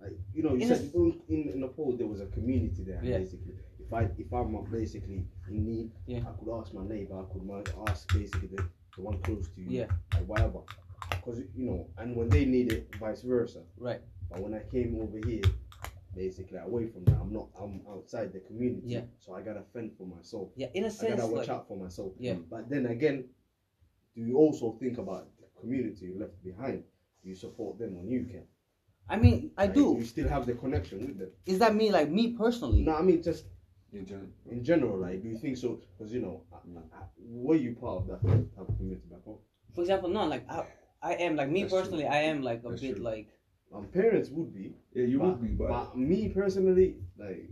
C: I you know, you
B: In
C: said
B: this-
C: in, in in Nepal there was a community there
B: Yeah.
C: basically. If I if I'm uh, basically in need,
B: Yeah.
C: I could ask my neighbor. I could ma- ask basically the, the one close to you,
B: Yeah.
C: like whatever. Because you know, and when they need it, vice versa.
B: Right.
C: But when I came over here, basically away from that, I'm not. I'm outside the community,
B: Yeah.
C: so I gotta fend for myself.
B: Yeah, in a
C: I
B: sense,
C: gotta watch
B: like,
C: out for myself.
B: Yeah.
C: But then again, do you also think about the community you left behind? Do you support them when you can?
B: I mean, I
C: Like,
B: do.
C: You still have the connection with them.
B: Is that me, like me personally?
C: No, I mean just
D: In general.
C: in general. Like, do you think so? Because you know, I, I, I, were you part of that type of community back home?
B: For example, no, like I, I am like me
A: That's true.
B: personally. I am like a
A: That's
B: bit
A: true.
B: like
C: My parents would be,
A: Yeah, you
C: but,
A: would be, but,
C: but me personally, like,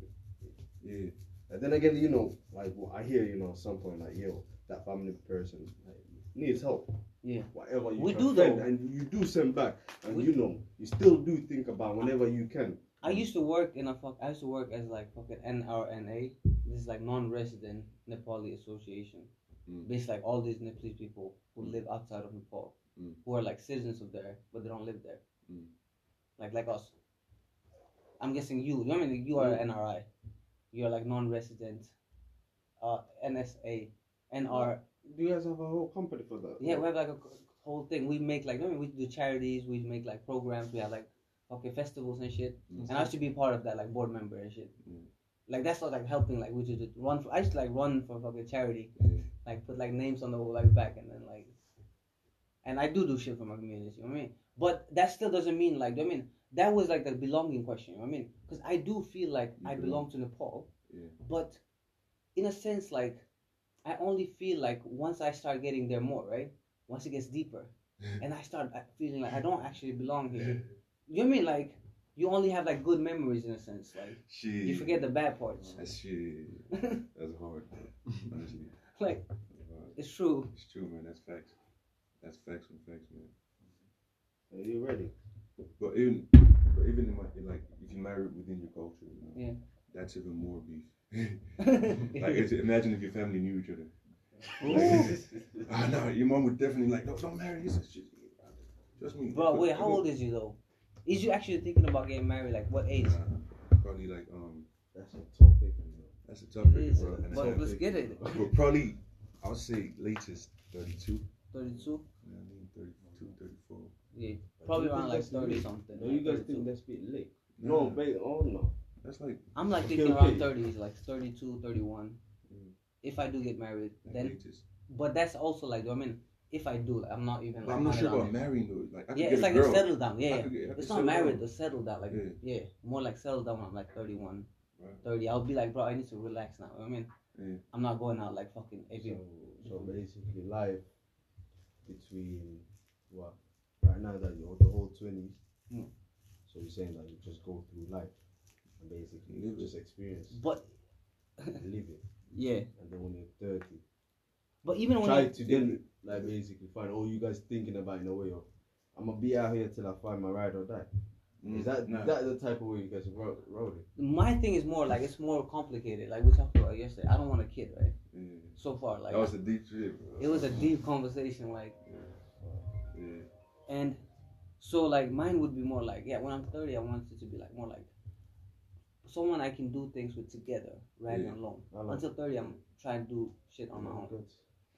A: yeah,
C: and then again, you know, like what I hear, you know, at some point, like, yo, that family person like, needs help.
B: Yeah.
C: Whatever you
B: We
C: can
B: do
C: fend,
B: though.
C: and you do send back, and
B: We-
C: you know, you still do think about whenever you can.
B: I used to work in a fuck. I used to work as like fucking NRNA. This is like non-resident Nepali association.
A: Mm.
B: Based like all these Nepalese people who live outside of Nepal,
A: Mm.
B: who are like citizens of there, but they don't live there.
A: Mm.
B: Like like us. I'm guessing you. I mean, you are an NRI. You're like non-resident. Uh, NSA, NR.
C: Do you guys have a whole company for that?
B: Yeah, we have like a c- whole thing. We make like I mean, we do charities. We make like programs. We have like fucking festivals and shit.
A: Mm.
B: And I used to be part of that, like board member and shit.
A: Mm.
B: Like that's not like helping. Like we used to run. For, I used to like run for fucking charity.
A: Yeah.
B: Like put like names on the like back and then like. And I do do shit for my community. You know what I mean? But that still doesn't mean like I mean that was like the belonging question. You know what I mean? Because I do feel like
A: You
B: I
A: belong.
B: belong to Nepal.
A: Yeah.
B: But, in a sense, like I only feel like once I start getting there more, right? Once it gets deeper, and I start uh, feeling like I don't actually belong here. You know what I mean? Like you only have like good memories in a sense. Like
A: shit.
B: you forget the bad parts.
A: That shit. That's hard. Honestly.
B: *laughs* Like-
A: That's hard.
B: It's true.
A: It's true, man. That's facts. That's facts and facts, man.
C: Are you ready?
A: But even, but even in my, in like, if you marry within your culture, you know,
B: Yeah.
A: that's even more
B: *laughs*
A: beef. *laughs* *laughs* like, it's, imagine if your family knew each
B: *laughs*
A: other.
C: *laughs*
A: Ah, no, your mom would definitely like, no, don't marry. This is just, trust me.
B: Bro, wait, how old is you though? Is you actually thinking about getting married? Like what age?
A: Nah, probably like, um,
C: That's a topic.
A: that's a tough
B: It
A: thing,
B: is.
A: bro. And
B: But
A: it's
B: let's get it.
A: not- but probably, I would say latest 32. You
B: Thirty-two.
A: know what I mean? 32, 34.
B: Yeah, probably
C: Do you
B: around
C: think
B: like
C: that's
B: thirty
C: late?
B: something.
C: Don't you guys think
B: 32.
C: that's a bit late? No,
A: Nah,
C: wait, oh no.
A: that's like,
B: I'm
A: *laughs*
B: like
C: Okay,
B: thinking around
C: okay.
B: thirties, like 32, 31.
A: Mm.
B: If I do get married,
A: like
B: then
A: latest.
B: But that's also like, I mean, if I do, like, I'm not even.
A: But
B: Like,
A: I'm not
B: hung
A: sure
B: around
A: about
B: it.
A: marrying though. Like, I could
B: Yeah,
A: get
B: it's
A: a
B: like
A: girl.
B: a settle down. Yeah,
A: I
B: yeah.
A: could get- I could
B: it's not
A: settle
B: married,
A: down.
B: though. Settle down. Like,
A: Yeah.
B: yeah. more like settle down when I'm like 31,
A: Right.
B: 30. I'll be like, bro, I need to relax now. I mean,
A: Yeah.
B: I'm not going out like fucking every.
C: So, so
A: Mm-hmm.
C: basically, life between what right now that you're the whole twenties.
A: Mm.
B: Hmm.
C: So you're saying that you just go through life and basically
A: Live it.
C: just experience,
B: But
C: and live
A: *laughs*
C: it,
B: yeah,
C: and then when you're thirty,
B: but even when
C: try
B: you,
C: to then like basically find all you guys thinking about in a way of. I'm gonna be out here till I find my ride or die.
A: Mm,
C: Is that
A: nah.
C: that the type of way you guys are ro- rolling?
B: my thing is more like it's more complicated. Like we talked about yesterday. I don't want a kid, right?
A: Yeah.
B: So far, like
A: that was a deep trip. Bro.
B: it was a deep conversation. Like.
A: Yeah.
B: And so like mine would be more like, yeah, when I'm 30, I want it to be like more like someone I can do things with together rather
A: Yeah.
B: than alone.
C: I like
B: Until 30, I'm trying to do shit on my own.
C: Good.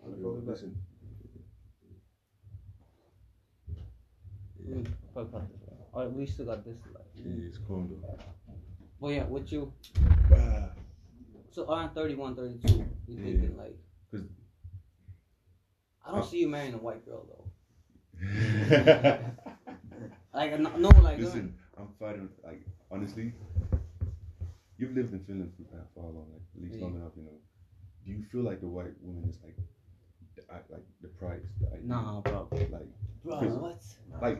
A: I'll
C: I'll
A: be
C: go with
A: right
C: that.
A: back. Yeah.
B: Mm, fuck, fuck. Alright, we still got this. Like.
A: Yeah, it's calm though.
B: But yeah, what you?
A: Wow.
B: So around 31, 32, you
A: Yeah.
B: thinking like.
A: 'Cause-
B: I don't
A: Uh,
B: see you marrying a white girl though.
A: Listen,
B: Like no, no like no.
A: I'm fighting with, like honestly. You've lived in Finland for uh, far long, like at least
B: Yeah.
A: long enough, you know. Do you feel like the white woman is like, the, i- like the prize? The idea?
B: Nah, bro.
A: Like,
B: Bro,
A: Because-
B: what?
A: like,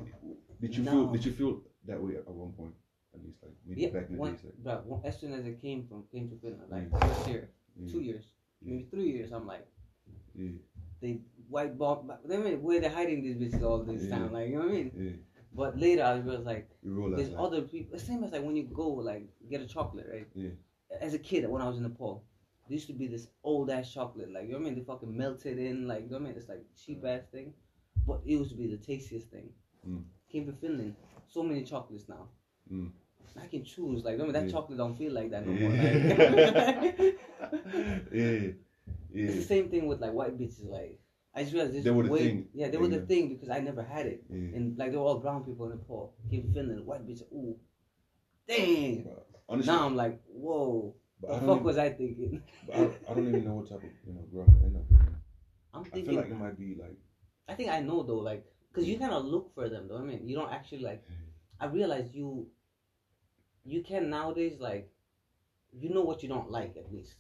A: did you feel?
B: No.
A: Did you feel that way at one point? At least, like maybe
B: Yeah,
A: back in the
B: one,
A: days, like,
B: bro, one, as soon as I came from came to Finland, like
A: Mm.
B: first year,
A: yeah,
B: two years, maybe three years, I'm like.
A: yeah,
B: they white bomb. They mean where they're hiding these bitches all this
A: Yeah.
B: time, like you know what I mean.
A: yeah.
B: But later I was like,
A: You realize
B: there's
A: like,
B: other people. The same as like when you go like get a chocolate, right?
A: Yeah.
B: As a kid, when I was in Nepal, there used to be this old ass chocolate, like you know what I mean. They fucking melted in, like you know what I mean. It's like cheap ass thing, but it used to be the tastiest thing.
A: Mm.
B: Came to Finland, so many chocolates now.
A: Mm.
B: I can choose. Like, I mean, that
A: Yeah.
B: chocolate don't feel like that no
A: *laughs*
B: more. Like,
A: *laughs*
B: *laughs*
A: yeah,
B: It's
A: yeah,
B: the same thing with like white bitches. Like I just realized this
A: They were the
B: way-
A: thing.
B: Yeah, they were the
A: Yeah.
B: thing because I never had it,
A: yeah.
B: and like they were all brown people in Nepal, in Finland. White bitches, ooh, dang.
A: Honestly,
B: Now I'm like, whoa,
A: but I
B: the
A: don't
B: fuck
A: even-
B: was I thinking? *laughs*
A: but I, don't- I don't even know what type of you know girl I'm gonna end up. with.
B: I'm
A: I
B: thinking.
A: feel like it might be like
B: I think I know though, like, cause you kind of look for them. Though I mean, you don't actually like. I realize you. You can nowadays like, you know what you don't like at least.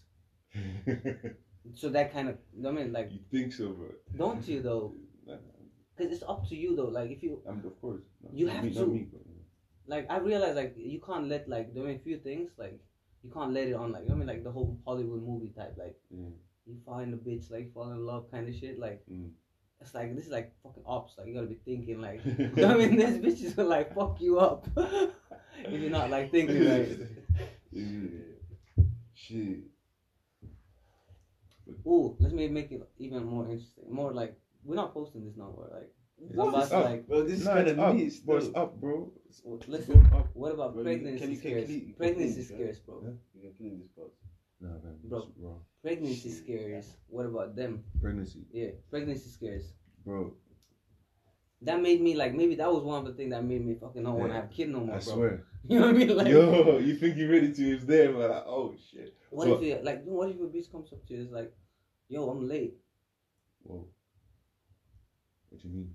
B: So that kind of I mean like,
A: *laughs* you think so, bro.
B: don't you though?
A: Nah,
B: Cause it's up to you though. Like if you
A: I mean, of course. not-
B: You
A: not
B: have
A: me, not
B: to.
A: me, but, you know.
B: like I realize like you can't let like doing a few things like you can't let it on like I mean like the whole Hollywood movie type like
A: Yeah.
B: you find a bitch like fall in love kind of shit like
A: Mm.
B: it's like this is like fucking ops like you gotta be thinking
C: *laughs*
B: like *laughs* I
A: *laughs*
B: mean these bitches will like fuck you up *laughs* if you're not like thinking
C: *laughs*
B: like
A: Yeah. Shit.
B: ooh let's maybe make it even more interesting more like we're not posting this number like some of us
A: It's up.
B: like
C: Oh, Well, this
A: Nah, it's
C: is kind of
A: up,
C: niche.
A: bro. It's
C: though.
A: up, bro.
B: s- w-
A: It's
B: listen
A: going up.
B: what about
C: Bro, you-
B: pregnancy
C: can you- can you-
B: scares
C: can you-
B: pregnancy
C: can you-
B: scares bro
C: You can clean this part.
A: Nah, man,
B: Bro.
A: it's wrong.
B: pregnancy scares what about them
A: Pregnancy,
B: yeah pregnancy scares
A: bro.
B: that made me like maybe that was one of the things that made me fucking not want to
A: Yeah.
B: have a kid no more,
A: I
B: bro.
A: swear.
B: *laughs* You know what I mean? Like,
A: Yo, you think you're ready to? It's there, but like, oh shit.
B: what
A: so-
B: if you like? What if a bitch comes up to you? It's like, yo, I'm late. *laughs*
A: Whoa. What you
B: *laughs*
A: mean?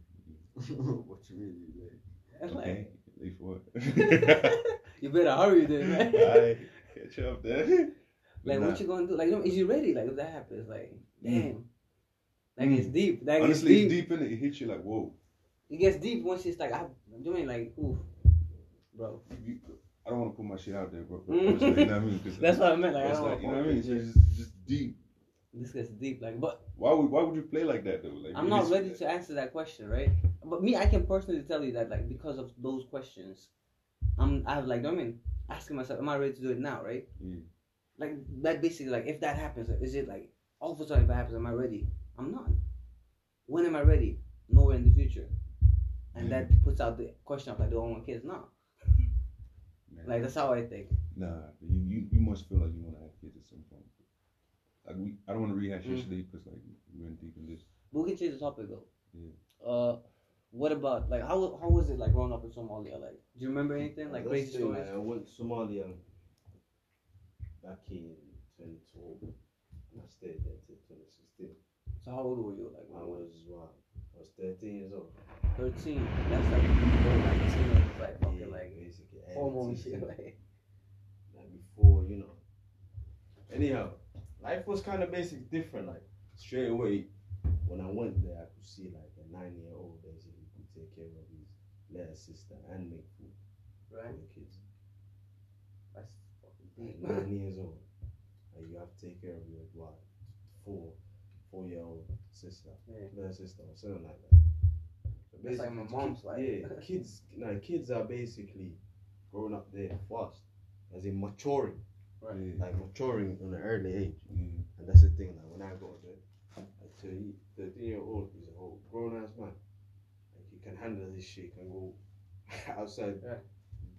C: what you really like?
B: And
A: Okay.
B: like,
A: Leave for what?
B: *laughs* you better hurry then.
A: *laughs*
B: Like,
A: I catch up there.
B: like
A: Nah.
B: what you gonna do? Like, you know, is you ready? Like, if that happens, like, damn. Like
A: Mm.
B: it's deep. Like
A: Honestly,
B: it's
A: it's
B: deep.
A: deep in it. It hits you like, whoa.
B: It gets deep once it's like I. You mean like, oof, bro?
A: You, I don't want to put my shit out there,
B: *laughs*
A: bro. but honestly, you know what I mean? 'Cause
B: That's what I meant. Like, I
A: it's
B: don't
A: like, you know
B: wanna
A: what I mean?
B: fuck
A: It's
B: with
A: just, it's just deep.
B: you. This gets deep. Like, but
A: Why would why would you play like that though? Like
B: I'm
A: it
B: not
A: is-
B: ready to answer that question, right? But me, I can personally tell you that, like, because of those questions, I'm, I have like, I mean, asking myself, am I ready to do it now, right?
A: Yeah.
B: Like that, basically, like, if that happens, like, is it like all of a sudden if it happens, am I ready? I'm not. When am I ready? Nowhere in the future, and
A: Yeah.
C: Mm.
B: that puts out the question of like, do I want kids? No,
A: Nah.
B: like that's how I think.
A: Nah, you, you, you must feel like you want to have kids at some point. Like we, I don't want to rehash
B: Mm.
A: yesterday because like we went deep in this.
B: But we can change the topic though.
C: Mm.
A: Yeah.
B: Uh, what about like how how was it like growing up in Somalia? Like, do you remember anything like
C: Mm. That's
B: crazy
C: the thing,
B: stories?
C: like, I went to Somalia uh, back in 2012 and I stayed there till 2016.
B: So how old were you? Like,
C: I
B: when
C: was, wow, I was 13 years old.
B: 13. That's like, before, like, teenage, like, fucking,
C: Yeah,
B: like, *laughs*
C: basically. And
B: hormone
C: it's-
B: shit, like.
C: *laughs* like before, you know. Anyhow, life was kind of basic different. Like straight away, when I went there, I could see like a nine-year-old basically could take care of his little sister and make food for
B: Right?
C: the kids.
B: That's fucking
C: Like
B: deep.
C: nine years old, and you have to take care of your what four, four-year-old sister,
B: Yeah.
C: little sister or something like that. So
B: That's like my
C: basically,
B: mom's
C: kids-
B: life. *laughs*
C: Yeah, kids. Now kids are basically growing up there fast, as in maturing
B: Right.
A: Yeah.
C: like maturing on an early age.
A: Yeah.
B: Mm.
C: And that's the thing, like when I got there, a 13 year old is a whole grown ass man. Like he can handle this shit, he can go *laughs* outside,
B: Yeah.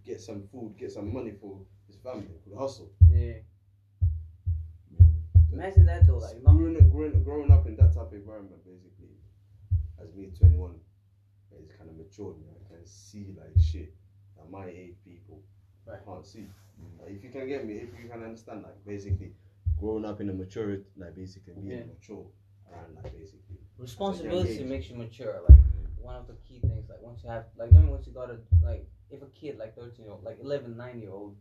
C: get some food, get some money for his family, could hustle.
B: Yeah. Imagine that though, like, not,
C: growing, growing, growing up in that type of environment, basically, as me 21, it's kind of matured me. I can see like shit that my age people
B: Right.
C: can't see. Like, if you can get me, if you can understand, like basically, growing up in a maturity, like basically being
B: Yeah.
C: mature around like basically.
B: responsibility
C: Yeah.
B: makes you mature. Like, one of the key things, like, once you have, like, I mean, once you got a, like, if a kid, like, 13 year old, like, 11, 9 year old,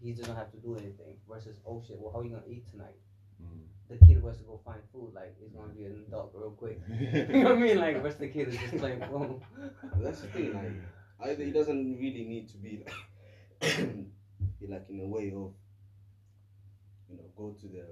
B: he doesn't have to do anything versus, oh shit, well, how are you gonna eat tonight? The kid who has to go find food, like, is gonna be an adult real quick. *laughs* You
A: Mm.
B: know what I mean? Like, versus the kid is just *laughs* playing phone.
C: But that's the thing, like either he doesn't really need to be *coughs* like, be like in a way of, you know, go to the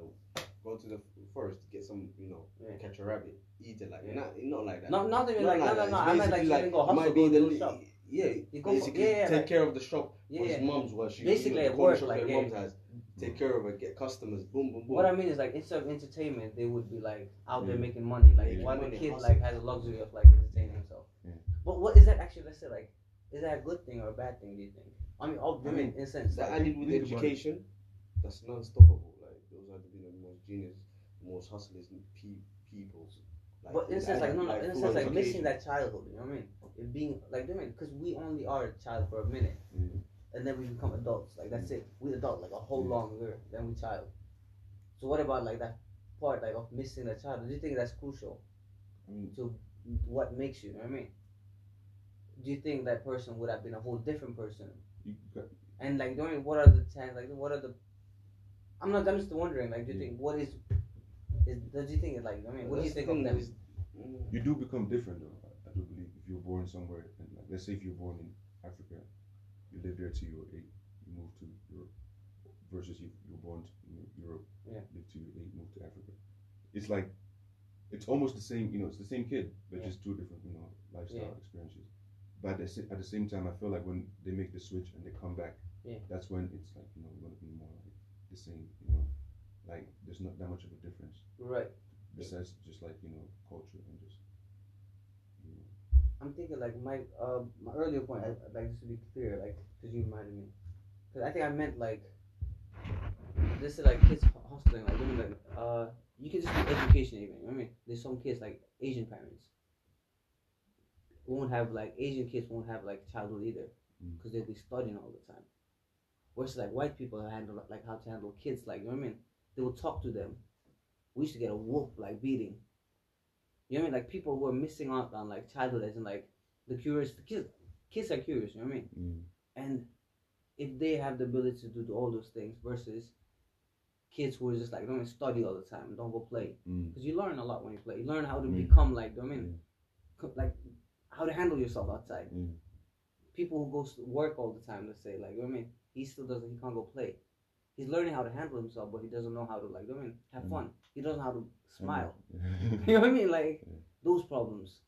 C: go to the forest, get some, you know,
B: Yeah.
C: catch a rabbit, eat it like
B: Yeah.
C: not not like that.
B: Not, not even like, no, no,
C: that.
B: no.
C: It's
B: I meant like,
C: basically,
B: you can go
C: it
B: hustle,
C: might
B: go
C: be
B: do
C: the-
B: stuff.
C: Yeah,
B: You go for-
C: basically
B: yeah, yeah,
C: take
B: like-
C: care of the shop for
B: Yeah.
C: his mom's while she
B: Basically
C: you know,
B: at
C: corner
B: work,
C: shop
B: like,
C: her
B: yeah. Mm.
C: mom's has, take care of her, get customers, boom, boom, boom.
B: What I mean is like instead of entertainment, they would be like out there
A: Yeah.
B: making money. Like
C: Making
B: why the
C: money,
B: kid
C: hustle.
B: like has a luxury of like entertaining himself.
A: Yeah.
B: But what is that actually? Let's say like Is that a good thing or a bad thing? Do you think? I mean, all women in a sense.
C: That
B: like-
C: added with
A: think about it.
C: education, that's non-stoppable. Like those are you know, the most genius, most hustlers, pe- people. Like,
B: But in a
C: with
B: sense, like
C: added,
B: no, no, in a
C: full
B: sense, like
C: education.
B: missing that childhood. You know what I mean? It being like you know, because we only are a child for a minute,
C: Mm.
B: and then we become adults. Like that's it. We adult like a whole
C: Mm.
B: longer than we child. So what about like that part like of missing that childhood? Do you think that's crucial
C: Mm.
B: to what makes you? You know what I mean? Do you think that person would have been a whole different person?
A: *laughs* You got,
B: And like, do you know, what are the ten? Like, what are the? I'm not. I'm just wondering. Like, do you
A: Yeah.
B: think what is? Is do you think it like? I mean, what do you
C: That's the
B: think of
C: thing
B: them?
C: is- Mm.
A: you do become different though. I, I do believe if you're born somewhere, and like, let's say if you're born in Africa, you live there till you were eight, you move to Europe, versus you you're born in Europe,
B: Yeah.
A: live till you're eight, move to Africa. It's like, it's almost the same. You know, it's the same kid, but
B: Yeah.
A: just two different you know lifestyle
B: Yeah.
A: experiences. But at the, sa- at the same time, I feel like when they make the switch and they come back,
B: Yeah.
A: that's when it's like you know we're gonna be more like the same. You know, like there's not that much of a difference
B: Right.
A: besides just like you know culture and just you know
B: I'm thinking like my uh my earlier point. I, I'd like just to be clear, like because you reminded me, because I think I meant like this is like kids ho- hustling, like women like uh you can just do education even. You know what I mean, there's some kids like Asian parents won't have like Asian kids won't have like childhood either
A: Mm.
B: because they'll be studying all the time. Versus like white people handle like how to handle kids, like you know what I mean. They will talk to them. We used to get a whoop like beating. You know what I mean? Like people were missing out on like childhood as in like the curious the kids kids are curious, you know what I mean? And if they have the ability to do all those things versus kids who are just like don't study all the time, don't go play. Because you learn a lot when you play. You learn how to
A: Mm.
B: become like you know what I mean co- like how to handle yourself outside.
A: Mm.
B: People who go s- work all the time, let's say, like you know what I mean, he still doesn't he can't go play. He's learning how to handle himself, but he doesn't know how to like you know what I mean have
A: Mm.
B: fun. He doesn't know how to smile. *laughs* You know what I mean? Like
A: Yeah.
B: those problems.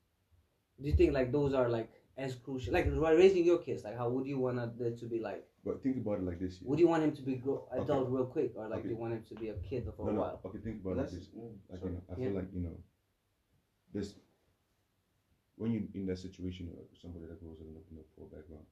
B: Do you think like those are like as crucial? Like ra- raising your kids, like how would you want uh, there to be like?
A: *laughs* but think about it like this yeah.
B: Would you want him to be grow,
A: Okay.
B: adult real quick, or like
A: Okay.
B: do you want him to be a kid for
A: no,
B: a
A: no,
B: while?
A: okay think
C: But
A: about it like
C: that's
A: this
C: mm,
A: like
C: sorry.
A: you know i feel
B: Yeah.
A: like you know this when you in that situation of somebody that grows up in a, in a poor background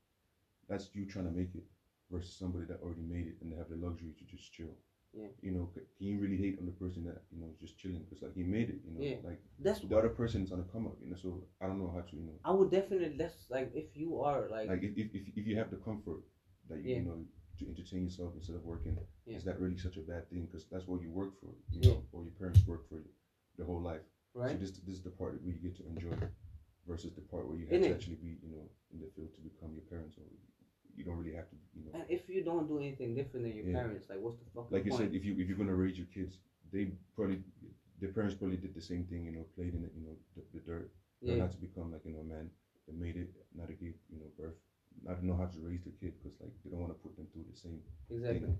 A: that's you trying to make it versus somebody that already made it and they have the luxury to just chill
B: Yeah.
A: you know c- can you really hate on the person that you know is just chilling because like he made it you know
B: Yeah.
A: like
B: That's
A: the other person is on a come up you know so i don't know how to you know
B: I would definitely. That's like if you are like,
A: like if, if, if if you have the comfort that you,
B: Yeah.
A: you know to entertain yourself instead of working
B: Yeah.
A: is that really such a bad thing because that's what you work for you
B: Yeah.
A: know or your parents work for the whole life so
B: right?
A: this this is the part where you get to enjoy versus the part where you have
B: Isn't
A: to
B: it?
A: actually be you know in the field to become your parents or you don't really have to you know
B: And if you don't do anything different than your
A: Yeah.
B: parents, like what's the fucking
A: like you
B: point?
A: said if you if you're gonna raise your kids they probably their parents probably did the same thing you know played in the, you know the, the dirt
B: yeah,
A: learn how to become like you know a man they made it now they give you know birth now they know how to raise the kid because like they don't want to put them through the same
B: exactly.
A: thing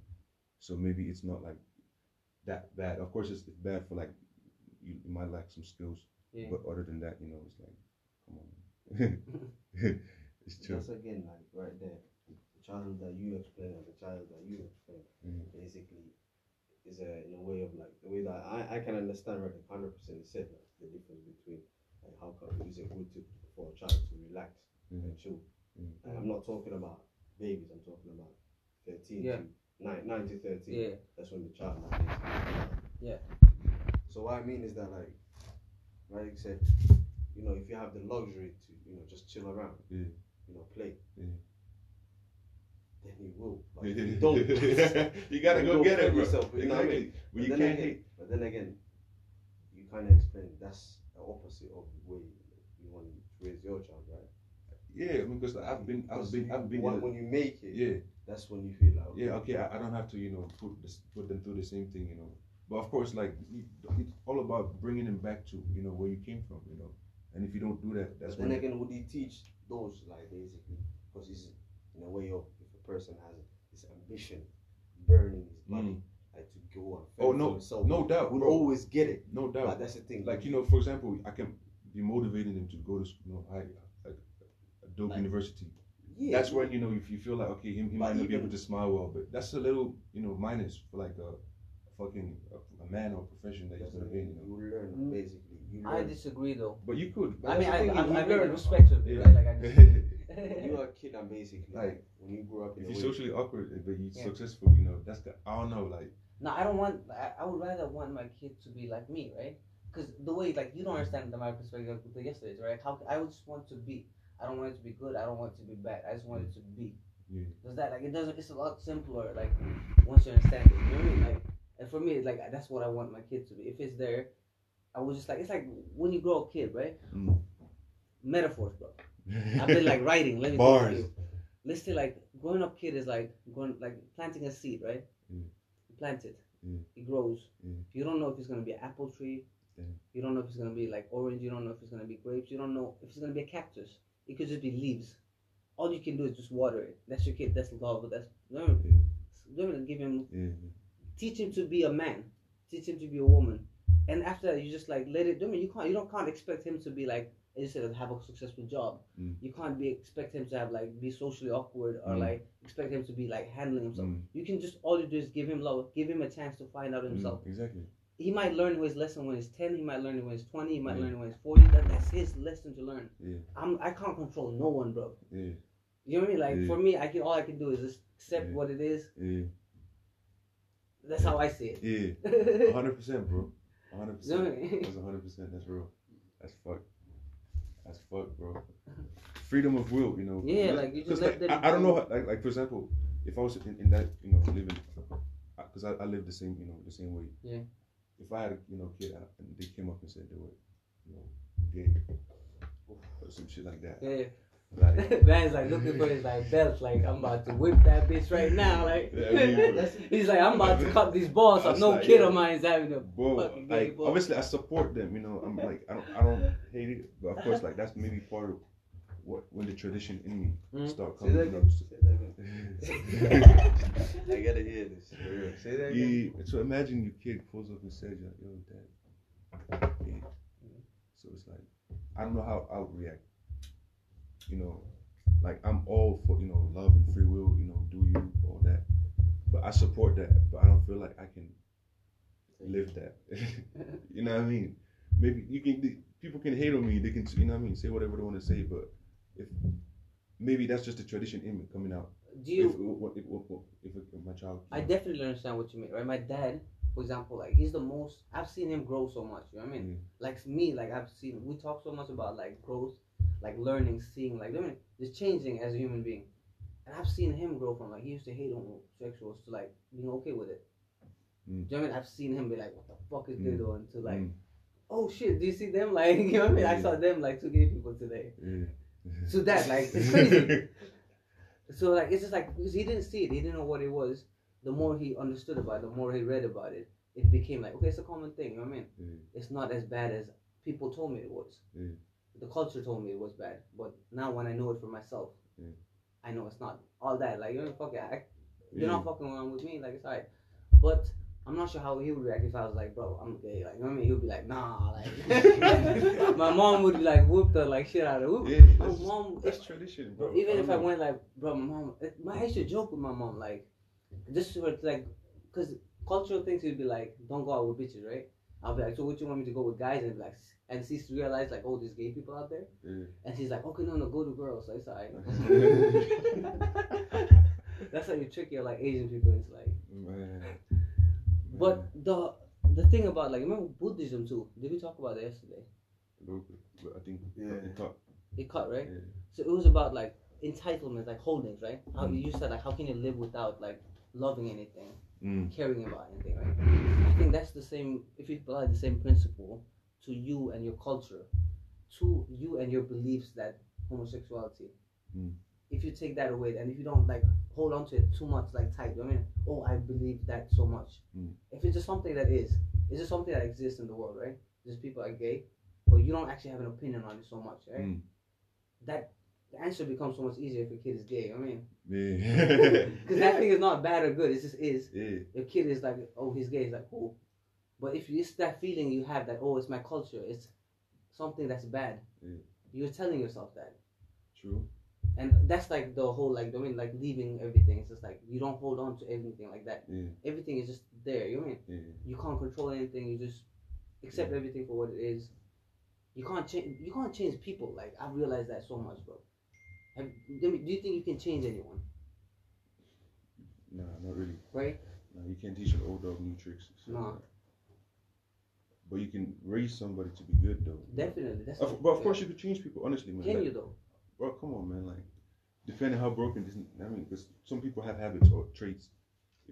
A: so maybe it's not like that bad of course it's bad for like you, you might lack some skills
B: Yeah.
A: but other than that you know it's like come on
B: *laughs*
A: man. it's true
C: That's again like right there. The child that you explain and the child that you explain
A: Mhm.
C: basically is a in a way of like the way that I, I can understand right hundred percent you said like, the difference between like how can we use a good tip for a child to relax
A: Mhm.
C: and chill.
B: Mm.
A: Mhm.
C: And I'm not talking about babies, I'm talking about thirteen
B: Yeah.
C: to nine nine to thirteen.
B: yeah,
C: That's when the child like, is-
B: Yeah.
C: So what I mean is that like like you said, you know, if you have the luxury to, you know, just chill around,
A: Yeah.
C: you know, play.
A: Yeah.
C: Then you will. But if
B: *laughs*
C: you
A: *laughs*
C: don't
A: you gotta
C: you
A: go
C: don't
A: get it
C: put
A: bro.
C: yourself, you know what I
A: Exactly.
C: mean?
A: When
C: But
A: you
C: then
A: can't
C: again-
A: hate
C: But then again, you kind of explain that's the opposite of the way you want to raise your child, right?
A: yeah because like, i've been i've
C: Because
A: been
C: you
A: i've been in
C: want-
A: a-
C: when you make it,
A: yeah
C: that's when you feel like okay,
A: yeah, okay, I, I don't have to, you know, put this, put them through the same thing, you know. But of course, like you- it's all about bringing them back to, you know, where you came from, you know. And if you don't do that, that's
C: But then
A: when.
C: again, would you teach those like basically? Because it's in a way of if a person has this ambition burning his body,
A: Mm.
C: like to go and
A: Oh
C: fend for
A: no,
C: himself,
A: no doubt,
C: would
A: bro.
C: always get it.
A: no
C: But
A: doubt.
C: that's the thing.
A: Like you know, for example, I can be motivating them to go to, you know, high, a, a dope
B: Like-
A: university.
C: yeah,
A: That's when you know if you feel like okay, him, he
C: But
A: might not be able
C: even-
A: to smile well, but that's a little, you know, minus for like a, fucking a, a man or profession that he's
C: that's
A: gonna
C: what
A: be,
C: you,
A: you know.
C: you learn
B: Mm.
C: basically. You
B: I
C: learn.
B: disagree though.
A: But you could.
B: I mean,
C: that's the
B: I,
C: thing,
B: I,
C: you
B: I make
C: learn.
B: respect of it,
A: Yeah.
B: *laughs* right? Like I
C: when
B: disagree.
C: you are a kid that basically.
A: Like,
C: Like when you grow up
A: If
C: in a
A: you're
C: way-
A: socially awkward, but you're
B: Yeah.
A: successful, you know, that's the, I don't know,
B: *laughs*
A: like,
B: No, I don't want. I, I would rather want my kid to be like me, right? Because the way, like, you don't understand the my perspective of the yesterday's, right? How I would just want to be. I don't want it to be good. I don't want it to be bad. I just want it to be.
A: Yeah.
B: Does that like it doesn't? It's a lot simpler. Like once you understand it, you know what I mean? Like, and for me, like that's what I want my kid to be. If it's there, I was just like it's like when you grow a kid, right?
A: Mm.
B: Metaphors, bro.
A: *laughs*
B: I've been like writing. Let me tell
A: Bars.
B: you. Let's say like growing up kid is like going like planting a seed, right?
A: Mm.
B: You plant it,
A: Mm.
B: it grows.
A: Mm.
B: You don't know if it's gonna be an apple tree.
A: Yeah.
B: You don't know if it's gonna be like orange. You don't know if it's gonna be grapes. You don't know if it's gonna be a cactus. It could just be leaves. All you can do is just water it. That's your kid. That's love. That's learn.
A: Yeah.
B: Learn. Give him.
A: yeah,
B: Teach him to be a man. Teach him to be a woman. And after that, you just like let it. I mean, you can't. You don't can't expect him to be like. As you said, have a successful job.
A: Mm.
B: You can't be expect him to have like be socially awkward or
A: Mm.
B: like expect him to be like handling himself.
A: Mm.
B: You can just all you do is give him love, give him a chance to find out himself.
A: Mm, exactly.
B: He might learn his lesson when he's ten. He might learn it when he's twenty. He might
A: Yeah.
B: learn it when he's forty. That, that's his lesson to learn.
A: Yeah.
B: I'm I can't control no one, bro.
A: Yeah,
B: You know what I mean? Like
A: Yeah.
B: for me, I can all I can do is just accept
A: Yeah.
B: what it is.
A: yeah,
B: That's how I see it. *laughs*
A: yeah.
B: You
A: hundred percent, bro. hundred
B: know what I
A: percent. *laughs*
B: mean?
A: That's hundred percent. That's real. That's fuck. That's fuck, bro. Freedom of will, you know.
B: Yeah,
A: Let-
B: like, you just
A: 'cause, like,
B: let them
A: I, I don't
B: go.
A: know, how- like, like for example, if I was in, in that, you know, living, because I, I live the same, you know, the same way.
B: Yeah.
A: If I had, a, you know, kid I- and they came up and said they were, you know, gay or some shit like that,
B: Yeah.
A: like.
B: *laughs* Man's like looking for his like belt, like I'm about to whip that bitch right now. Like
A: Yeah, I mean, bro.
B: *laughs* he's like I'm about to cut these
A: I
B: balls up.
A: was
B: No
A: like,
B: kid
A: yeah.
B: of mine is having a
A: Bro,
B: Fucking gay
A: like
B: boy.
A: obviously I support them, you know. I'm like I don't I don't hate it, but of course like that's maybe part of what when the tradition in me
B: Mhm.
A: start
C: Say
A: coming.
C: that
A: you know,
C: again. Say that again. I gotta hear this. For real. Say that again.
A: yeah, so imagine your kid pulls up and says, like, "Yo, dad." Yeah. So it's like I don't know how I would react. You know, like I'm all for you know love and free will. You know, do you all that, but I support that, but I don't feel like I can live that. *laughs* you know what I mean? Maybe you can. the- People can hate on me. They can, you know what I mean, say whatever they want to say. But if maybe that's just the tradition in me coming out.
B: *laughs* Do you
A: if, what- if, what- what- if, if my child,
B: I definitely understand what you mean, right? My dad, for example, like he's the most I've seen him grow so much, you know what I mean?
A: Yeah.
B: Like me, like I've seen we talk so much about like growth, like learning, seeing, like I mean just changing as a human being. And I've seen him grow from like he used to hate homosexuals to like being okay with it.
A: Mm.
B: Do you know what I mean? I've seen him be like, What the fuck is
A: Mm.
B: this doing? To like,
A: Mm,
B: oh shit, do you see them? *laughs* Like, you know what I mean? I
A: Yeah.
B: saw them like two gay people today.
A: yeah.
B: So that like
A: *laughs*
B: it's crazy. So like it's just like because he didn't see it, he didn't know what it was. The more he understood about it, the more he read about it, it became like okay, it's a common thing. You know what I mean?
A: Yeah.
B: It's not as bad as people told me it was.
A: Yeah.
B: The culture told me it was bad, but now when I know it for myself,
A: Yeah.
B: I know it's not all that. Like you're fucking, I, you're
A: Yeah.
B: not fucking around with me. Like it's alright, but. I'm not sure how he would react if I was like, bro, I'm gay. Like, you know what I mean? He would be like, nah.
A: *laughs*
B: Like, *laughs* my mom would like whoop the like shit out of whoop.
A: Yeah, that's
B: my
A: just-
B: mom,
A: That's tradition, bro.
B: Bro, even
A: don't
B: if I
A: know.
B: went like, bro, my mom, it- my, I used to joke with my mom, like, this is what, like, because cultural things would be like, don't go out with bitches, right? I'll be like, so what you want me to go with guys? And be like, s- and she's realized, like, oh, there's gay people out there.
A: Yeah.
B: And she's like, okay, no, no, go to girls. So it's all right. That's how you trick your, like, Asian people into, like,
A: Man.
B: but the the thing about, like, remember Buddhism too? Did we talk about that yesterday?
A: Man. But I think
C: Yeah.
A: you talk.
B: It cut, right?
A: Yeah.
B: So it was about like entitlement, like holdings, right? How you said like how can you live without like loving anything,
A: Mm.
B: caring about anything, right? I think that's the same if you apply the same principle to you and your culture, to you and your beliefs that homosexuality.
A: Mm.
B: If you take that away and if you don't like hold on to it too much, like tight, you know what I mean, oh I believe that so much.
A: Mm.
B: If it's just something that is, it's just something that exists in the world, right? Just people are gay, but you don't actually have an opinion on it so much, right?
A: Mm.
B: that the answer becomes so much easier if your kid is gay. I mean,
A: Yeah. *laughs*
B: because that thing is not bad or good. It just is.
A: Yeah.
B: Your kid is like, oh, he's gay. It's like, cool. But if it's that feeling you have that, oh, it's my culture. It's something that's bad.
A: Yeah.
B: You're telling yourself that,
A: True.
B: and that's like the whole like I mean, like leaving everything. It's just like you don't hold on to everything like that.
A: Yeah.
B: Everything is just there. You know what I mean
A: Yeah.
B: you can't control anything. You just accept
A: Mm.
B: everything for what it is. You can't change. You can't change people. Like I've realized that so much, bro. Have, I mean, do you think you can change anyone?
A: Nah, not really.
B: Right?
A: Nah, you can't teach an old dog new tricks. So.
B: No.
A: But you can raise somebody to be good though.
B: Definitely. That's
A: Of, but of course, you could change people. Honestly, man.
B: Can
A: Like,
B: you though?
A: Bro, come on, man. Like, depending how broken this. I mean, because some people have habits or traits.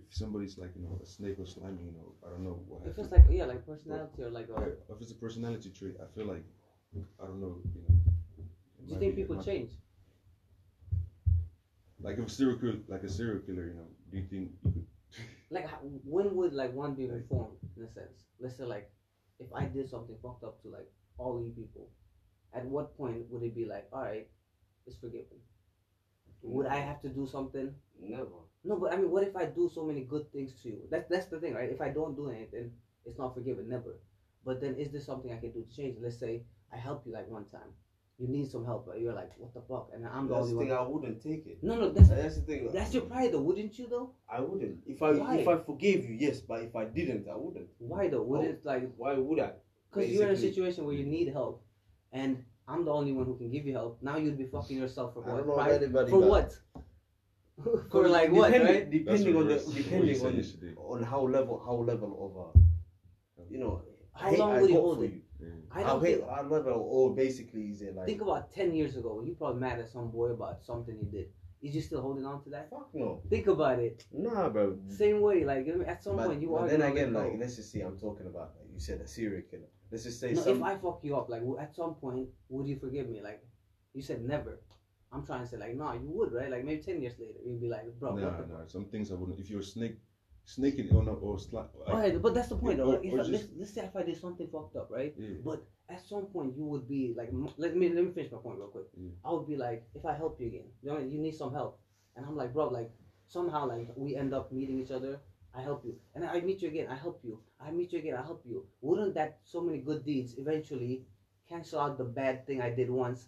A: If somebody's like you know a snake or slimy, you know, I don't know what.
B: If it's
A: happened.
B: like yeah, like personality or like a,
A: Yeah,
B: do
A: if it's a personality trait, I feel like I don't know. You know. it
B: you
A: might
B: think
A: be- it
B: people
A: might-
B: change?
A: Like if a serial killer, like a serial killer, you know, do you think you could?
B: Like how, when would like one be reformed in a sense? Let's say like if I did something fucked up to like all you people, at what point would it be like all right, it's forgiven? Would I have to do something?
C: Never.
B: No, but I mean, what if I do so many good things to you? That's that's the thing, right? If I don't do anything, it's not forgiven, never. But then, is there something I can do to change? Let's say I help you like one time, you need some help, but you're like, what the fuck? And I'm the
C: That's
B: only
C: the thing.
B: one.
C: I wouldn't take it.
B: No, no, that's
C: That's the thing. like,
B: that's your pride, though, wouldn't you though?
C: I wouldn't. If I
B: Why?
C: if I forgave you, yes, but if I didn't, I wouldn't.
B: Why though? Would it like
C: Why would I?
B: because you're in a
C: Oh, Basically.
B: situation where you need help, and I'm the only one who can give you help. Now you'd be fucking yourself for
C: I don't
B: what?
C: know if
B: Pride?
C: anybody
B: For
C: does.
B: what?
C: *laughs*
B: for like what,
C: Depending-
B: right?
C: Depending on the
A: reverse. What you
C: depending
A: said
C: on
A: yesterday.
C: on how level how level of uh, you know
B: How
C: hate
B: long
C: I
B: would you
C: got
B: hold
C: for
B: it?
C: you.
B: I
C: How
B: don't
C: hate
B: think,
C: how level or basically is it like
B: think about ten years ago when you probably mad at some boy about something he did. Is you still holding on to that?
C: fuck no
B: Think about it.
C: nah bro.
B: Same way, like I mean, at some
C: Mm. But,
B: point you
C: but
B: are.
C: then
B: gonna
C: again,
B: let
C: like
B: go.
C: let's just see. I'm talking about like you said a serial killer. Let's just say
B: no,
C: some.
B: if I fuck you up, like w- at some point, would you forgive me? Like you said, never. I'm trying to say like, nah, you would, right? Like maybe ten years later, you'd be like, bro,
A: Nah,
B: what the
A: nah. Some things I wouldn't. If you're a snake, snaking or not or sli- like,
B: Alright, but that's the point, though.
A: Or-
B: Like, if
A: or
B: I-
A: just-
B: let's, let's say if I did something fucked up, right?
A: yeah.
B: But at some point, you would be like, m- let me let me finish my point real quick.
A: Yeah.
B: I would be like, if I help you again, you know, you need some help, and I'm like, bro, like somehow like we end up meeting each other. I help you, and I meet you again. I help you. I meet you again. I help you. Wouldn't that so many good deeds eventually cancel out the bad thing I did once?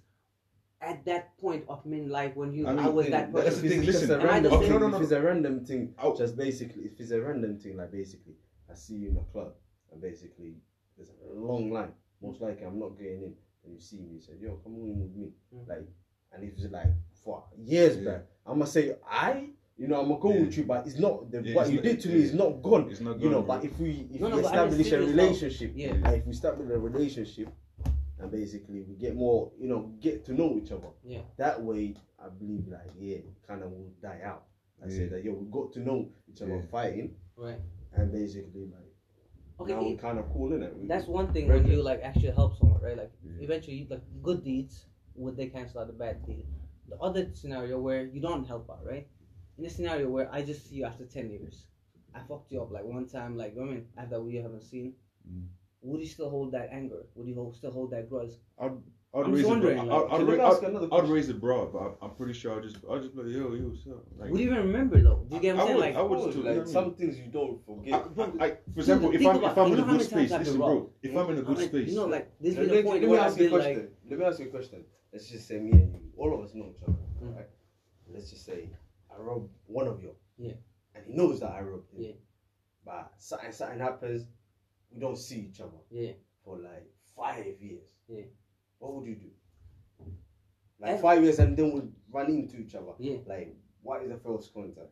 B: At that point of my life, when you, I,
A: I mean,
B: was
A: then
B: that
A: that's
B: person.
A: the thing,
C: If it's just
A: listen.
C: a
B: Am I the
C: random
B: same?
A: No, no,
C: eh, thing, if
A: no.
C: it's a random thing,
A: I'll-
C: just basically, if it's a random thing, like basically, I see you in a club, and basically, there's a long line. Most likely, I'm not getting in. And you see me, you say, "Yo, come on in with me."
B: Mm.
C: Like, and if it's like for years
A: Yeah.
C: back, I'm gonna say, "I, you know, I'm gonna go
A: Yeah.
C: with you," But it's not the,
A: Yeah,
C: what
A: it's
C: you
A: not-
C: did to
A: yeah.
C: me is not gone.
A: It's not
C: you know,
A: gone,
C: but
A: bro.
C: if we if
B: No, no,
C: we
B: but I mean,
C: establish a
B: serious now.
C: relationship,
B: Yeah.
C: and if we establish a relationship, and basically we get more, you know, get to know each other.
B: Yeah.
C: That way, I believe like yeah, kind of will die out. I
A: Yeah.
C: said that yo, we got to know each other
A: Yeah.
C: fighting,
B: Right.
C: and basically like
B: Okay.
C: now
B: if-
C: we're kind of cool in it.
B: That's one thing
C: Very
B: when
C: good.
B: you like actually help someone, right? Like
A: Yeah.
B: eventually, you- like good deeds would they cancel out the bad deed? The other scenario where you don't help out, right? In a scenario where I just see you after ten years, I fucked you up like one time, like I mean after we haven't seen.
A: Mm.
B: Would you still hold that anger? Would you hold, still hold that grudge?
A: I'd
B: I'm
A: raise
B: just
A: it, bro.
B: wondering,
A: I'd,
C: Can
A: I'd,
C: I
A: ra-
C: ask
A: I'd-
C: another
A: I'd
C: question?
A: raise it broad, but I'm, I'm pretty sure I'll just I'll just be like, yo, yo, what's up? Like,
B: Would you even remember though? Do you get what I'm
A: I would-
B: saying? like,
A: I would-
C: Cool,
A: too,
C: like
A: you know what I mean?
C: some things you don't forget.
A: I, I, I, for example, if
B: think
A: I'm
B: about
A: if
B: it.
A: I'm
B: You
A: in
B: know
A: a good
B: how many times
A: space,
B: I've been
A: listen,
B: wrong?
A: bro. If I'm in a
B: I'm
A: good
B: like,
A: space,
B: you know, like this is the
C: let, let-
B: point
C: let me
B: where
C: ask
B: I've
C: you a
B: been
C: question.
B: like,
C: let me ask you a question. Let's just say me and you, all of us know each other,
B: Mm.
C: right? Let's just say I rob one of you.
B: Yeah.
C: And he knows that I robbed him.
B: Yeah.
C: But something, something happens, we don't see each other
B: yeah,
C: for like five years.
B: Yeah.
C: What would you do? Like
B: Ev-
C: five years and then we run into each other.
B: yeah.
C: Like, what is the first contact?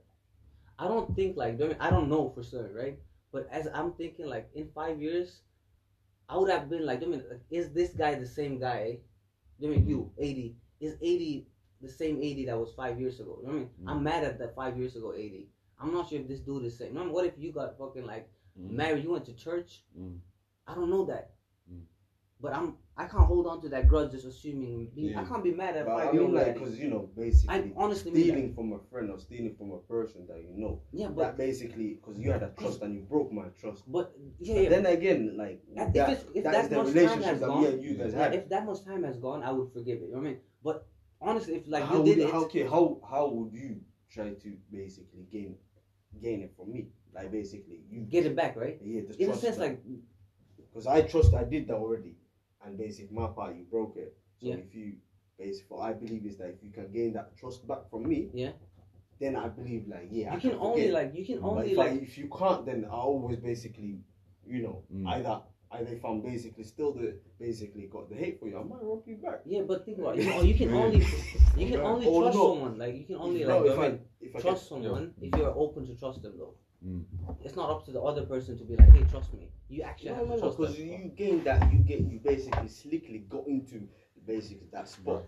B: I don't think like during, I don't know for sure, right? But as I'm thinking, like in five years, I would have been like, I mean, like, is this guy the same guy? I mean, you eighty is eighty the same eighty that was five years ago? I mean, I'm mad at that five years ago eighty. I'm not sure if this dude is same. I mean, what if you got fucking like
A: Mm.
B: married? You went to church.
A: Mm.
B: I don't know that.
A: Mm.
B: But I'm I can't hold on to that grudge just assuming I
A: Yeah.
B: can't be mad at
C: But I
B: five years
C: mean,
B: old.
C: like,
B: daddy.
C: because, you know,
B: I
C: basically,
B: honestly mean that.
C: stealing from a friend or stealing from a person that you know,
B: Yeah,
C: that
B: but
C: basically, because you had a trust and you broke my trust.
B: but yeah,
C: But
B: yeah.
C: then again, like
B: If
C: that,
B: it's- if
C: that
B: that
C: is the
B: much time
C: relationship
B: has
C: that
B: gone,
C: me and you guys
B: Yeah,
C: had.
B: if that much time has gone, I would forgive it. You know what I mean? But honestly, if like
C: how
B: you did
C: would,
B: it,
C: how- okay, how how would you try to basically gain gain it from me? Like basically, you
B: get it back, right?
C: Yeah, the
B: In a
C: trust
B: sense, like mm.
C: because I trust I did that already, and basically my part you broke it. So
B: Yeah.
C: if you basically, what I believe is that if you can gain that trust back from me,
B: Yeah.
C: then I believe like yeah, I
B: you can only
C: forget.
B: like you can
C: But
B: only
C: if, I,
B: like
C: if you can't, then I always basically, you know,
A: Mm.
C: either I think I'm basically still the basically got the hate for you. I might rock you back.
B: Yeah, but think about it. You, know, you can only you can
C: *laughs*
A: Yeah.
B: only
C: Or
B: trust
C: not.
B: someone. Like you can only like
C: Oh, no, if
B: I
C: I
B: mean,
C: if I
B: trust
C: get,
B: someone if you're open to trust them though.
A: Mm.
B: It's not up to the other person to be like, hey, trust me. You actually
C: no,
B: have
C: no,
B: to
C: no,
B: trust
C: because
B: them.
C: you gained that you get you basically slickly got into basically that spot.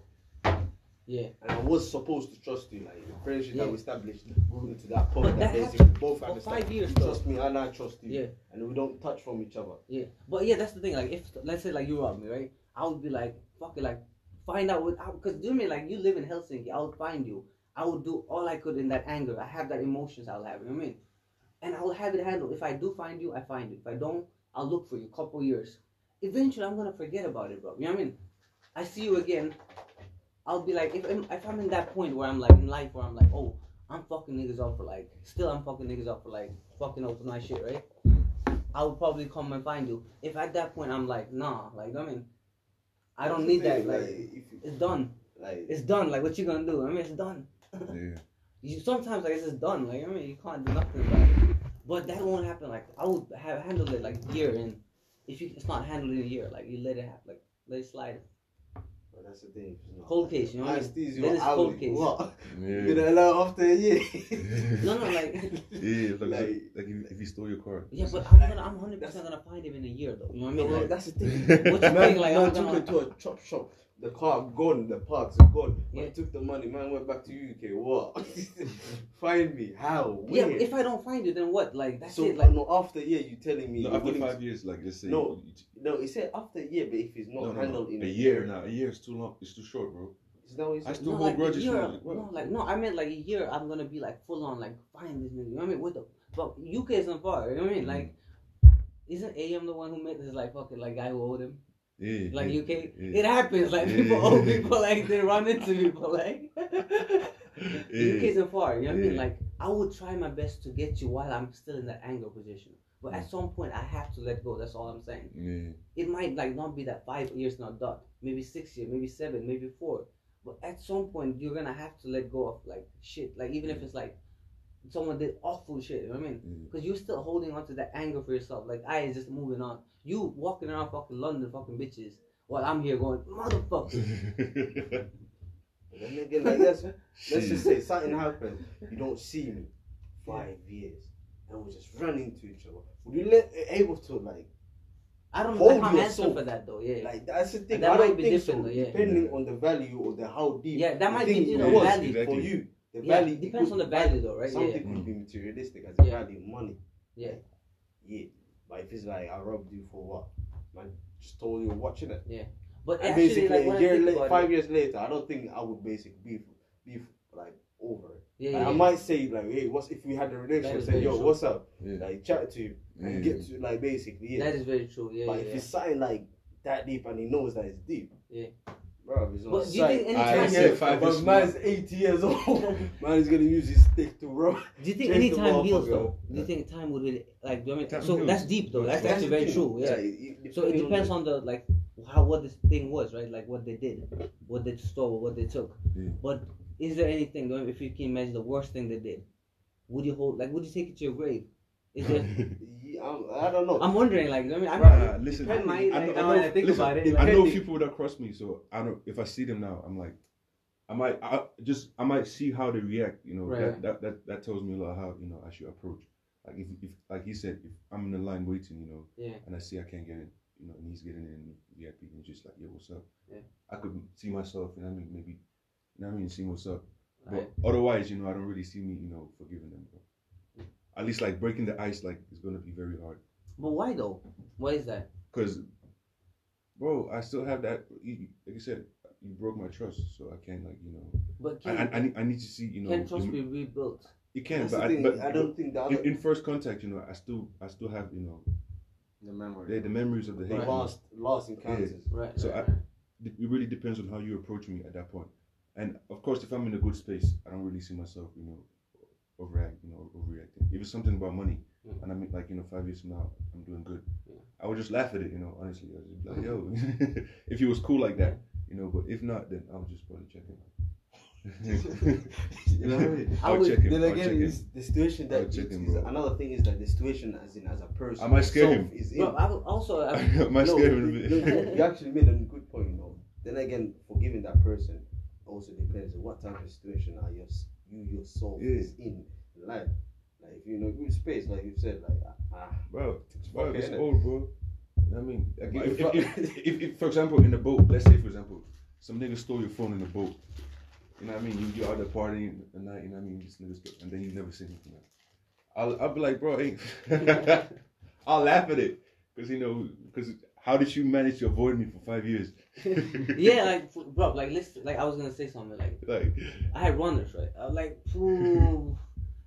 B: Yeah.
C: And I was supposed to trust you, like the friendship that
B: Yeah.
C: we established grew to that point
B: But that
C: that, basically
B: happened
C: both
B: for
C: understand.
B: five years,
C: you
B: though.
C: trust me and I trust you.
B: Yeah.
C: And we don't touch from each other.
B: Yeah, but yeah, that's the thing. Like, if let's say like you rob me, right? I would be like, fuck it, like find out what. Because do me like you live in Helsinki, I would find you. I would do all I could in that anger. I have that emotions. I'll have. You know what I mean, and I'll have it handled. If I do find you, I find you. If I don't, I'll look for you. Couple years. Eventually, I'm gonna forget about it, bro. You know what I mean? I see you again. I'll be like, if I'm, if I'm in that point where I'm like in life where I'm like, oh, I'm fucking niggas up for like, still I'm fucking niggas up for like fucking up with my shit, right? I would probably come and find you. If at that point I'm like, nah, like I mean, I don't
C: That's
B: need
C: the
B: that.
C: thing,
B: Like
C: if you,
B: it's done.
C: like
B: It's done. Like what you gonna do? I mean, it's done.
A: Yeah.
B: *laughs* You sometimes like it's just done. Like I mean, you can't do nothing about it. But that won't happen. Like I would have handled it like year in. If you, it's not handled in a year, like you let it happen, like let it slide.
C: But that's the thing. It's not
B: Cold
C: like
B: case, you know what I mean?
C: Anesthesia,
B: Then it's
C: I
B: cold
C: would-
B: case.
C: What?
A: Yeah.
C: You gonna allow after a year?
B: No, no, like
A: *laughs*
B: *laughs*
A: Yeah, it's like,
C: Like-
A: like if, if he stole your car.
B: yeah, but I'm gonna, I'm hundred percent gonna find him in a year though. You know what I
C: No,
B: mean?
C: no,
B: Like,
C: that's the *laughs* thing.
B: what you
C: man,
B: think? Like
C: man
B: I'm
C: took
B: gonna,
C: it to a chop shop. The car gone, the parts are gone. Man
B: Yeah.
C: took the money, man went back to UK. What? *laughs* Find me. How?
B: yeah.
C: Where?
B: but If I don't find you, then what? Like that's
C: so
B: it. Like
C: no, after a year you telling me
A: No,
C: you're
A: after
C: willing
A: five years, like let's say.
C: No.
A: you-
C: to- No, he said after a year, but if it's not
A: no, no, no,
C: handled in
A: a year now. A year is too long. It's too short, bro.
C: Is that what he
A: I
C: said?
A: still
B: no,
A: hold
B: like a
A: grudges.
B: year.
A: from it, what?
B: no, like no, I meant like a year. I'm gonna be like full on, like find this nigga. You know what I mean? What the? But UK isn't far. You know what I mean? Like, isn't AM the one who made this like fucking like guy who owed him?
A: Yeah.
B: Like
A: yeah,
B: UK,
A: yeah.
B: *laughs* it happens. Like
A: Yeah.
B: people owe people, like they run into people, like. UK
A: Yeah.
B: isn't far. You know what I mean?
A: Yeah.
B: Like I would try my best to get you while I'm still in that anger position. But at some point, I have to let go. That's all I'm saying.
A: Yeah.
B: it might like not be that five years not done, maybe six years, maybe seven, maybe four. But at some point you're gonna have to let go of like shit. Like even if it's like someone did awful shit, you know what I mean?
A: Yeah.
B: Because you're still holding on to that anger for yourself. Like I is just moving on. You walking around fucking London fucking bitches while I'm here going, motherfucker.
C: And then again,
A: *laughs*
C: like that's Let's just
A: Shit.
C: say something happens. You don't see me five years, and we just run into each other. Would you let able to like
B: I don't know
C: Hold
B: if I'm answering
C: yourself.
B: for that though, yeah.
C: like that's the thing.
B: That
C: I
B: might
C: don't
B: be
C: think
B: different
C: so.
B: though, yeah.
C: Depending on the value or the how deep.
B: Yeah, that
C: the
B: might be
C: thing
B: different
C: was
B: value.
C: for
A: Exactly.
C: you. The
B: yeah,
C: value it
B: depends
C: could-
B: on the value though, right?
C: Something
B: Yeah.
C: could be materialistic as a
B: Yeah.
C: value, money.
B: Yeah.
C: yeah. But if it's like I robbed you for what, man, just told you watching it.
B: But
C: And
B: actually,
C: basically,
B: like, when
C: a
B: I
C: year
B: think
C: later,
B: about
C: five
B: it,
C: years later, I don't think I would basically be be like over it.
B: yeah,
C: Like,
B: yeah,
C: I might say like, hey, what's if we had a relationship?
B: That
C: Say,
B: is
C: yo,
B: very
C: what's up?
A: Yeah.
C: Like chat to him
A: Yeah.
C: and get to like basically. Yeah.
B: That is very true. Yeah,
C: but
B: yeah,
C: if
B: yeah.
C: it's something like that deep and he knows that it's deep,
B: Yeah.
C: bro, it's on
B: But do you
C: sight.
B: think any
A: I
B: time
A: said five
C: but
A: years
C: man's eighty years *laughs* old. man is gonna use his stick to roll.
B: Do you think
C: Change
B: any
C: the
B: time
C: ball
B: heals
C: for
B: though? Do
A: Yeah.
B: you think time would really like? Do you know what I
A: Time
B: mean? So
A: heals.
B: that's deep though. That's,
A: That's
B: actually
A: the
B: very
A: thing.
B: true. Yeah. So it depends on the like how what this thing was, right? Like what they did, what they stole, what they took.
A: Yeah.
B: But is there anything though? If you can imagine the worst thing they did, would you hold like? Would you take it to your grave? Is *laughs*
C: *laughs*
B: there?
C: Yeah, I'm- I don't know.
B: I'm wondering. Like, I mean, I'm
A: Bruh,
B: not.
A: listen,
B: I might,
A: I
B: like,
A: know-
B: now
A: I know-
B: that I think
A: listen,
B: about it,
A: I know
C: Depending-
A: people that cross me, so I don't. If I see them now, I'm like, I might, I just, I might see how they react. You know,
B: Right.
A: that, that that that tells me a lot how you know I should approach. Like if, if like he said, if I'm in the line waiting, you know,
B: Yeah.
A: and I see I can't get in, you know, and he's getting in VIP and just like, yo, what's up?
B: Yeah.
A: I could see myself, you know, what I mean, maybe, you know, what I mean, see what's up. But
B: Right.
A: otherwise, you know, I don't really see me, you know, forgiving them. Bro. At least like breaking the ice, like is gonna be very hard.
B: But why though? Why is that?
A: Cause, bro, I still have that. You, like you said, you broke my trust, so I can't like you know.
B: But
A: I,
B: can,
A: I, I, need, I need to see you know.
B: can trust
A: you,
B: be rebuilt?
A: you can,
C: That's
A: but
C: the
A: I,
C: thing.
A: but
C: I don't think that.
A: In, in first contact, you know, I still I still have you know
D: The memory.
A: the, the memories of the
C: the
A: hate.
C: last last encounters.
B: Right.
A: So
B: right,
A: I-
B: right.
A: It really depends on how you approach me at that point. And of course, if I'm in a good space, I don't really see myself you know overreact you know overreacting. If it's something about money,
B: Mm.
A: and I mean like you know five years from now I'm doing good,
B: Yeah.
A: I would just laugh at it. You know, honestly, I would
C: Mm.
A: *laughs*
C: *laughs*
A: just be like, yo, if he was cool like that, you know. But if not, then I'll just probably check it out.
C: you know what I mean?
A: *laughs* I'll
C: I would-
A: check him,
C: Then
A: I'll
C: again,
A: check him. *laughs*
C: it's the situation that
A: I'll check
C: it
A: him,
C: is-
A: bro.
C: another thing is that the situation, as in as a person,
A: I might scare him.
C: itself Is in.
B: No, I will also. I,
A: *laughs* I might
C: No,
A: scare
C: you,
A: him a
C: you-
A: bit.
C: you actually made a good point, you know. Then again, forgiving that person also depends on what type of situation are your, you yourself
A: Yeah.
C: is in life. Like if you know good space, like you said, like ah, ah,
B: *laughs*
A: bro, it's, bro,
C: Okay,
A: it's
C: then.
A: old, bro. You know what I mean? Like,
C: Like,
A: if,
C: fuck.
A: if, if, if, if, for example, in the boat, let's say, for example, some nigga stole your phone in the boat. You know what I mean? You, you're out there partying and night, you know what I mean? This nigga stole, and then you never see him from that. I'll, I'll be like, bro, ain't. *laughs* I'll laugh at it. Because, you know, because how did you manage to avoid me for five *laughs* years?
B: yeah, like f- bro, like let's like I was gonna say something like
A: Like,
B: I had runners, right? I was like,
A: *laughs*
B: phew.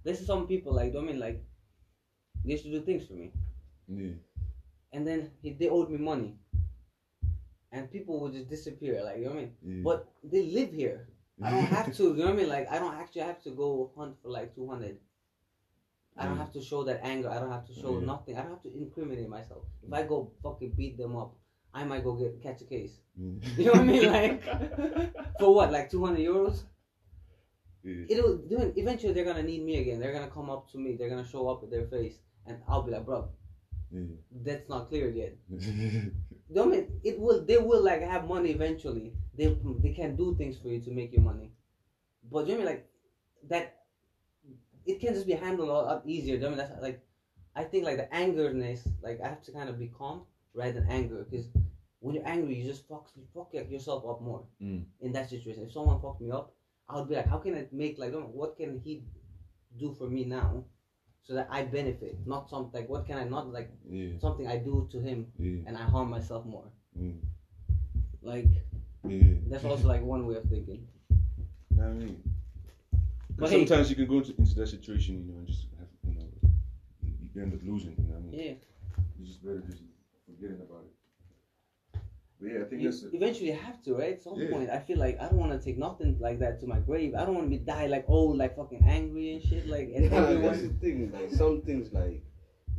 B: this is some people like. do I mean like they used to do things for me,
A: yeah.
B: and then he, they owed me money, and people would just disappear. Like you know what I mean?
A: yeah.
B: But they live here. I don't have to. You know what I mean? Like I don't actually have to go hunt for like two hundred. I don't
A: Yeah.
B: have to show that anger. I don't have to show
A: Yeah.
B: nothing. I don't have to incriminate myself. If I go fucking beat them up, I might go get catch a case. *laughs*
A: Yeah.
B: You know what I mean? Like- For what? Like two hundred euros?
A: *laughs* Yeah.
B: It'll dude, eventually they're gonna need me again. They're gonna come up to me. They're gonna show up with their face, and I'll be like, bro, that's not cleared yet.
A: Yeah.
B: You know what I mean? It will. They will like have money eventually. They they can do things for you to make you money, but you know what I mean? Like that, it can just be handled a lot easier. You know what I mean, that's like, I think like the angerness. Like I have to kind of be calm rather than anger because when you're angry, you just fuck you fuck like, yourself up more
A: Mm.
B: in that situation. If someone fucked me up, I would be like, how can I make like what can he do for me now, so that I benefit, not something like what can I not like
A: *laughs* Yeah.
B: something I do to him
A: Yeah.
B: and I harm myself more.
A: Mm.
B: Like
A: Yeah.
B: that's also like one way of thinking.
A: You know what I mean? 'Cause
B: But hey-
A: sometimes you can go into, into that situation, you know, and just have, you know, you- you end up losing. You know what I mean?
B: Yeah.
A: You just better just forgetting about it. But yeah, I think
B: You
A: that's it.
B: eventually have to, right? At some
A: Yeah.
B: point I feel like I don't wanna take nothing like that to my grave. I don't wanna be die like old, like fucking angry and shit, like
A: *laughs*
B: and
C: Yeah, *laughs* that's
B: everyone
C: the thing. Like some things, like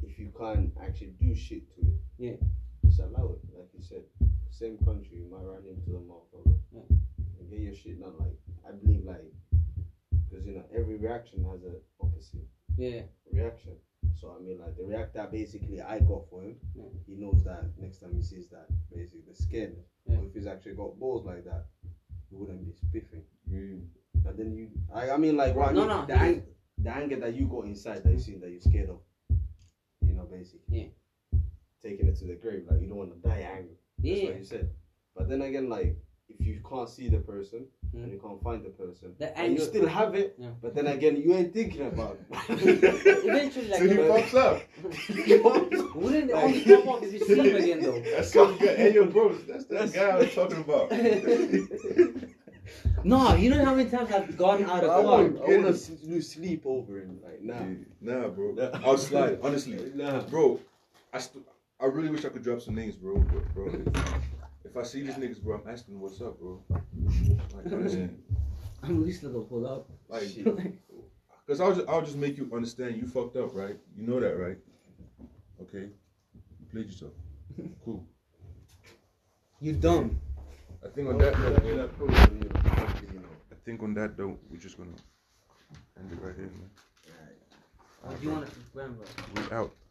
C: if you can't actually do shit to it,
B: Yeah.
C: just allow it. Like you said, same country, you might run into a motherfucker
B: Yeah.
C: and get your shit done. Like I believe, like because you know every reaction has a opposite
B: Yeah.
C: reaction. So I mean, like the reactor basically I got for him,
B: Yeah.
C: he knows that next time he sees that, basically the skin.
B: Yeah.
C: Or if he's actually got balls like that, he wouldn't be spiffing.
A: Yeah.
C: And then you, I, I mean, like, what I
B: Mm. No,
C: mean,
B: no,
C: the,
B: he-
C: ang- the anger that you got inside that you see that you're scared of, you know, basically.
B: Yeah.
C: Taking it to the grave, like, you don't want to die angry. That's
B: Yeah.
C: what you said. But then again, like, if you can't see the person
B: Mm.
C: and you can't find the person,
B: The
C: and you
B: anger-
C: still have it,
B: Yeah.
C: but then again, you ain't thinking
B: *laughs*
C: about
B: *laughs*
C: it. *laughs*
B: Eventually
A: so he
B: like
C: you-
A: pops up.
B: *laughs* wouldn't they
C: Like-
B: only pop up if you see him again though?
A: That's so good. Hey, yo, bro, that's that
C: That's-
A: guy *laughs* I was talking
B: *laughs*
A: about.
B: No, you know how many times I've gone out
C: I
B: of car.
C: want to lose sleep over him, like, now.
A: Yeah. Nah, bro.
C: Nah.
A: I'll slide. Honestly,
C: Nah.
A: bro. I st- I really wish I could drop some names, bro. But, bro, if I see these niggas, bro, I'm asking what's up, bro. Like, honestly,
B: I'm least gonna pull up.
A: like,
C: Shit.
A: Because I'll just, I'll just make you understand you fucked up, right? You know that, right? Okay. You played yourself. Cool.
B: You dumb.
A: I think on that note,
C: Definitely that person, you know, fucking, you know.
A: I think on that note, we're just going to end it right here, man.
B: Do you wanna grandma?
A: We out.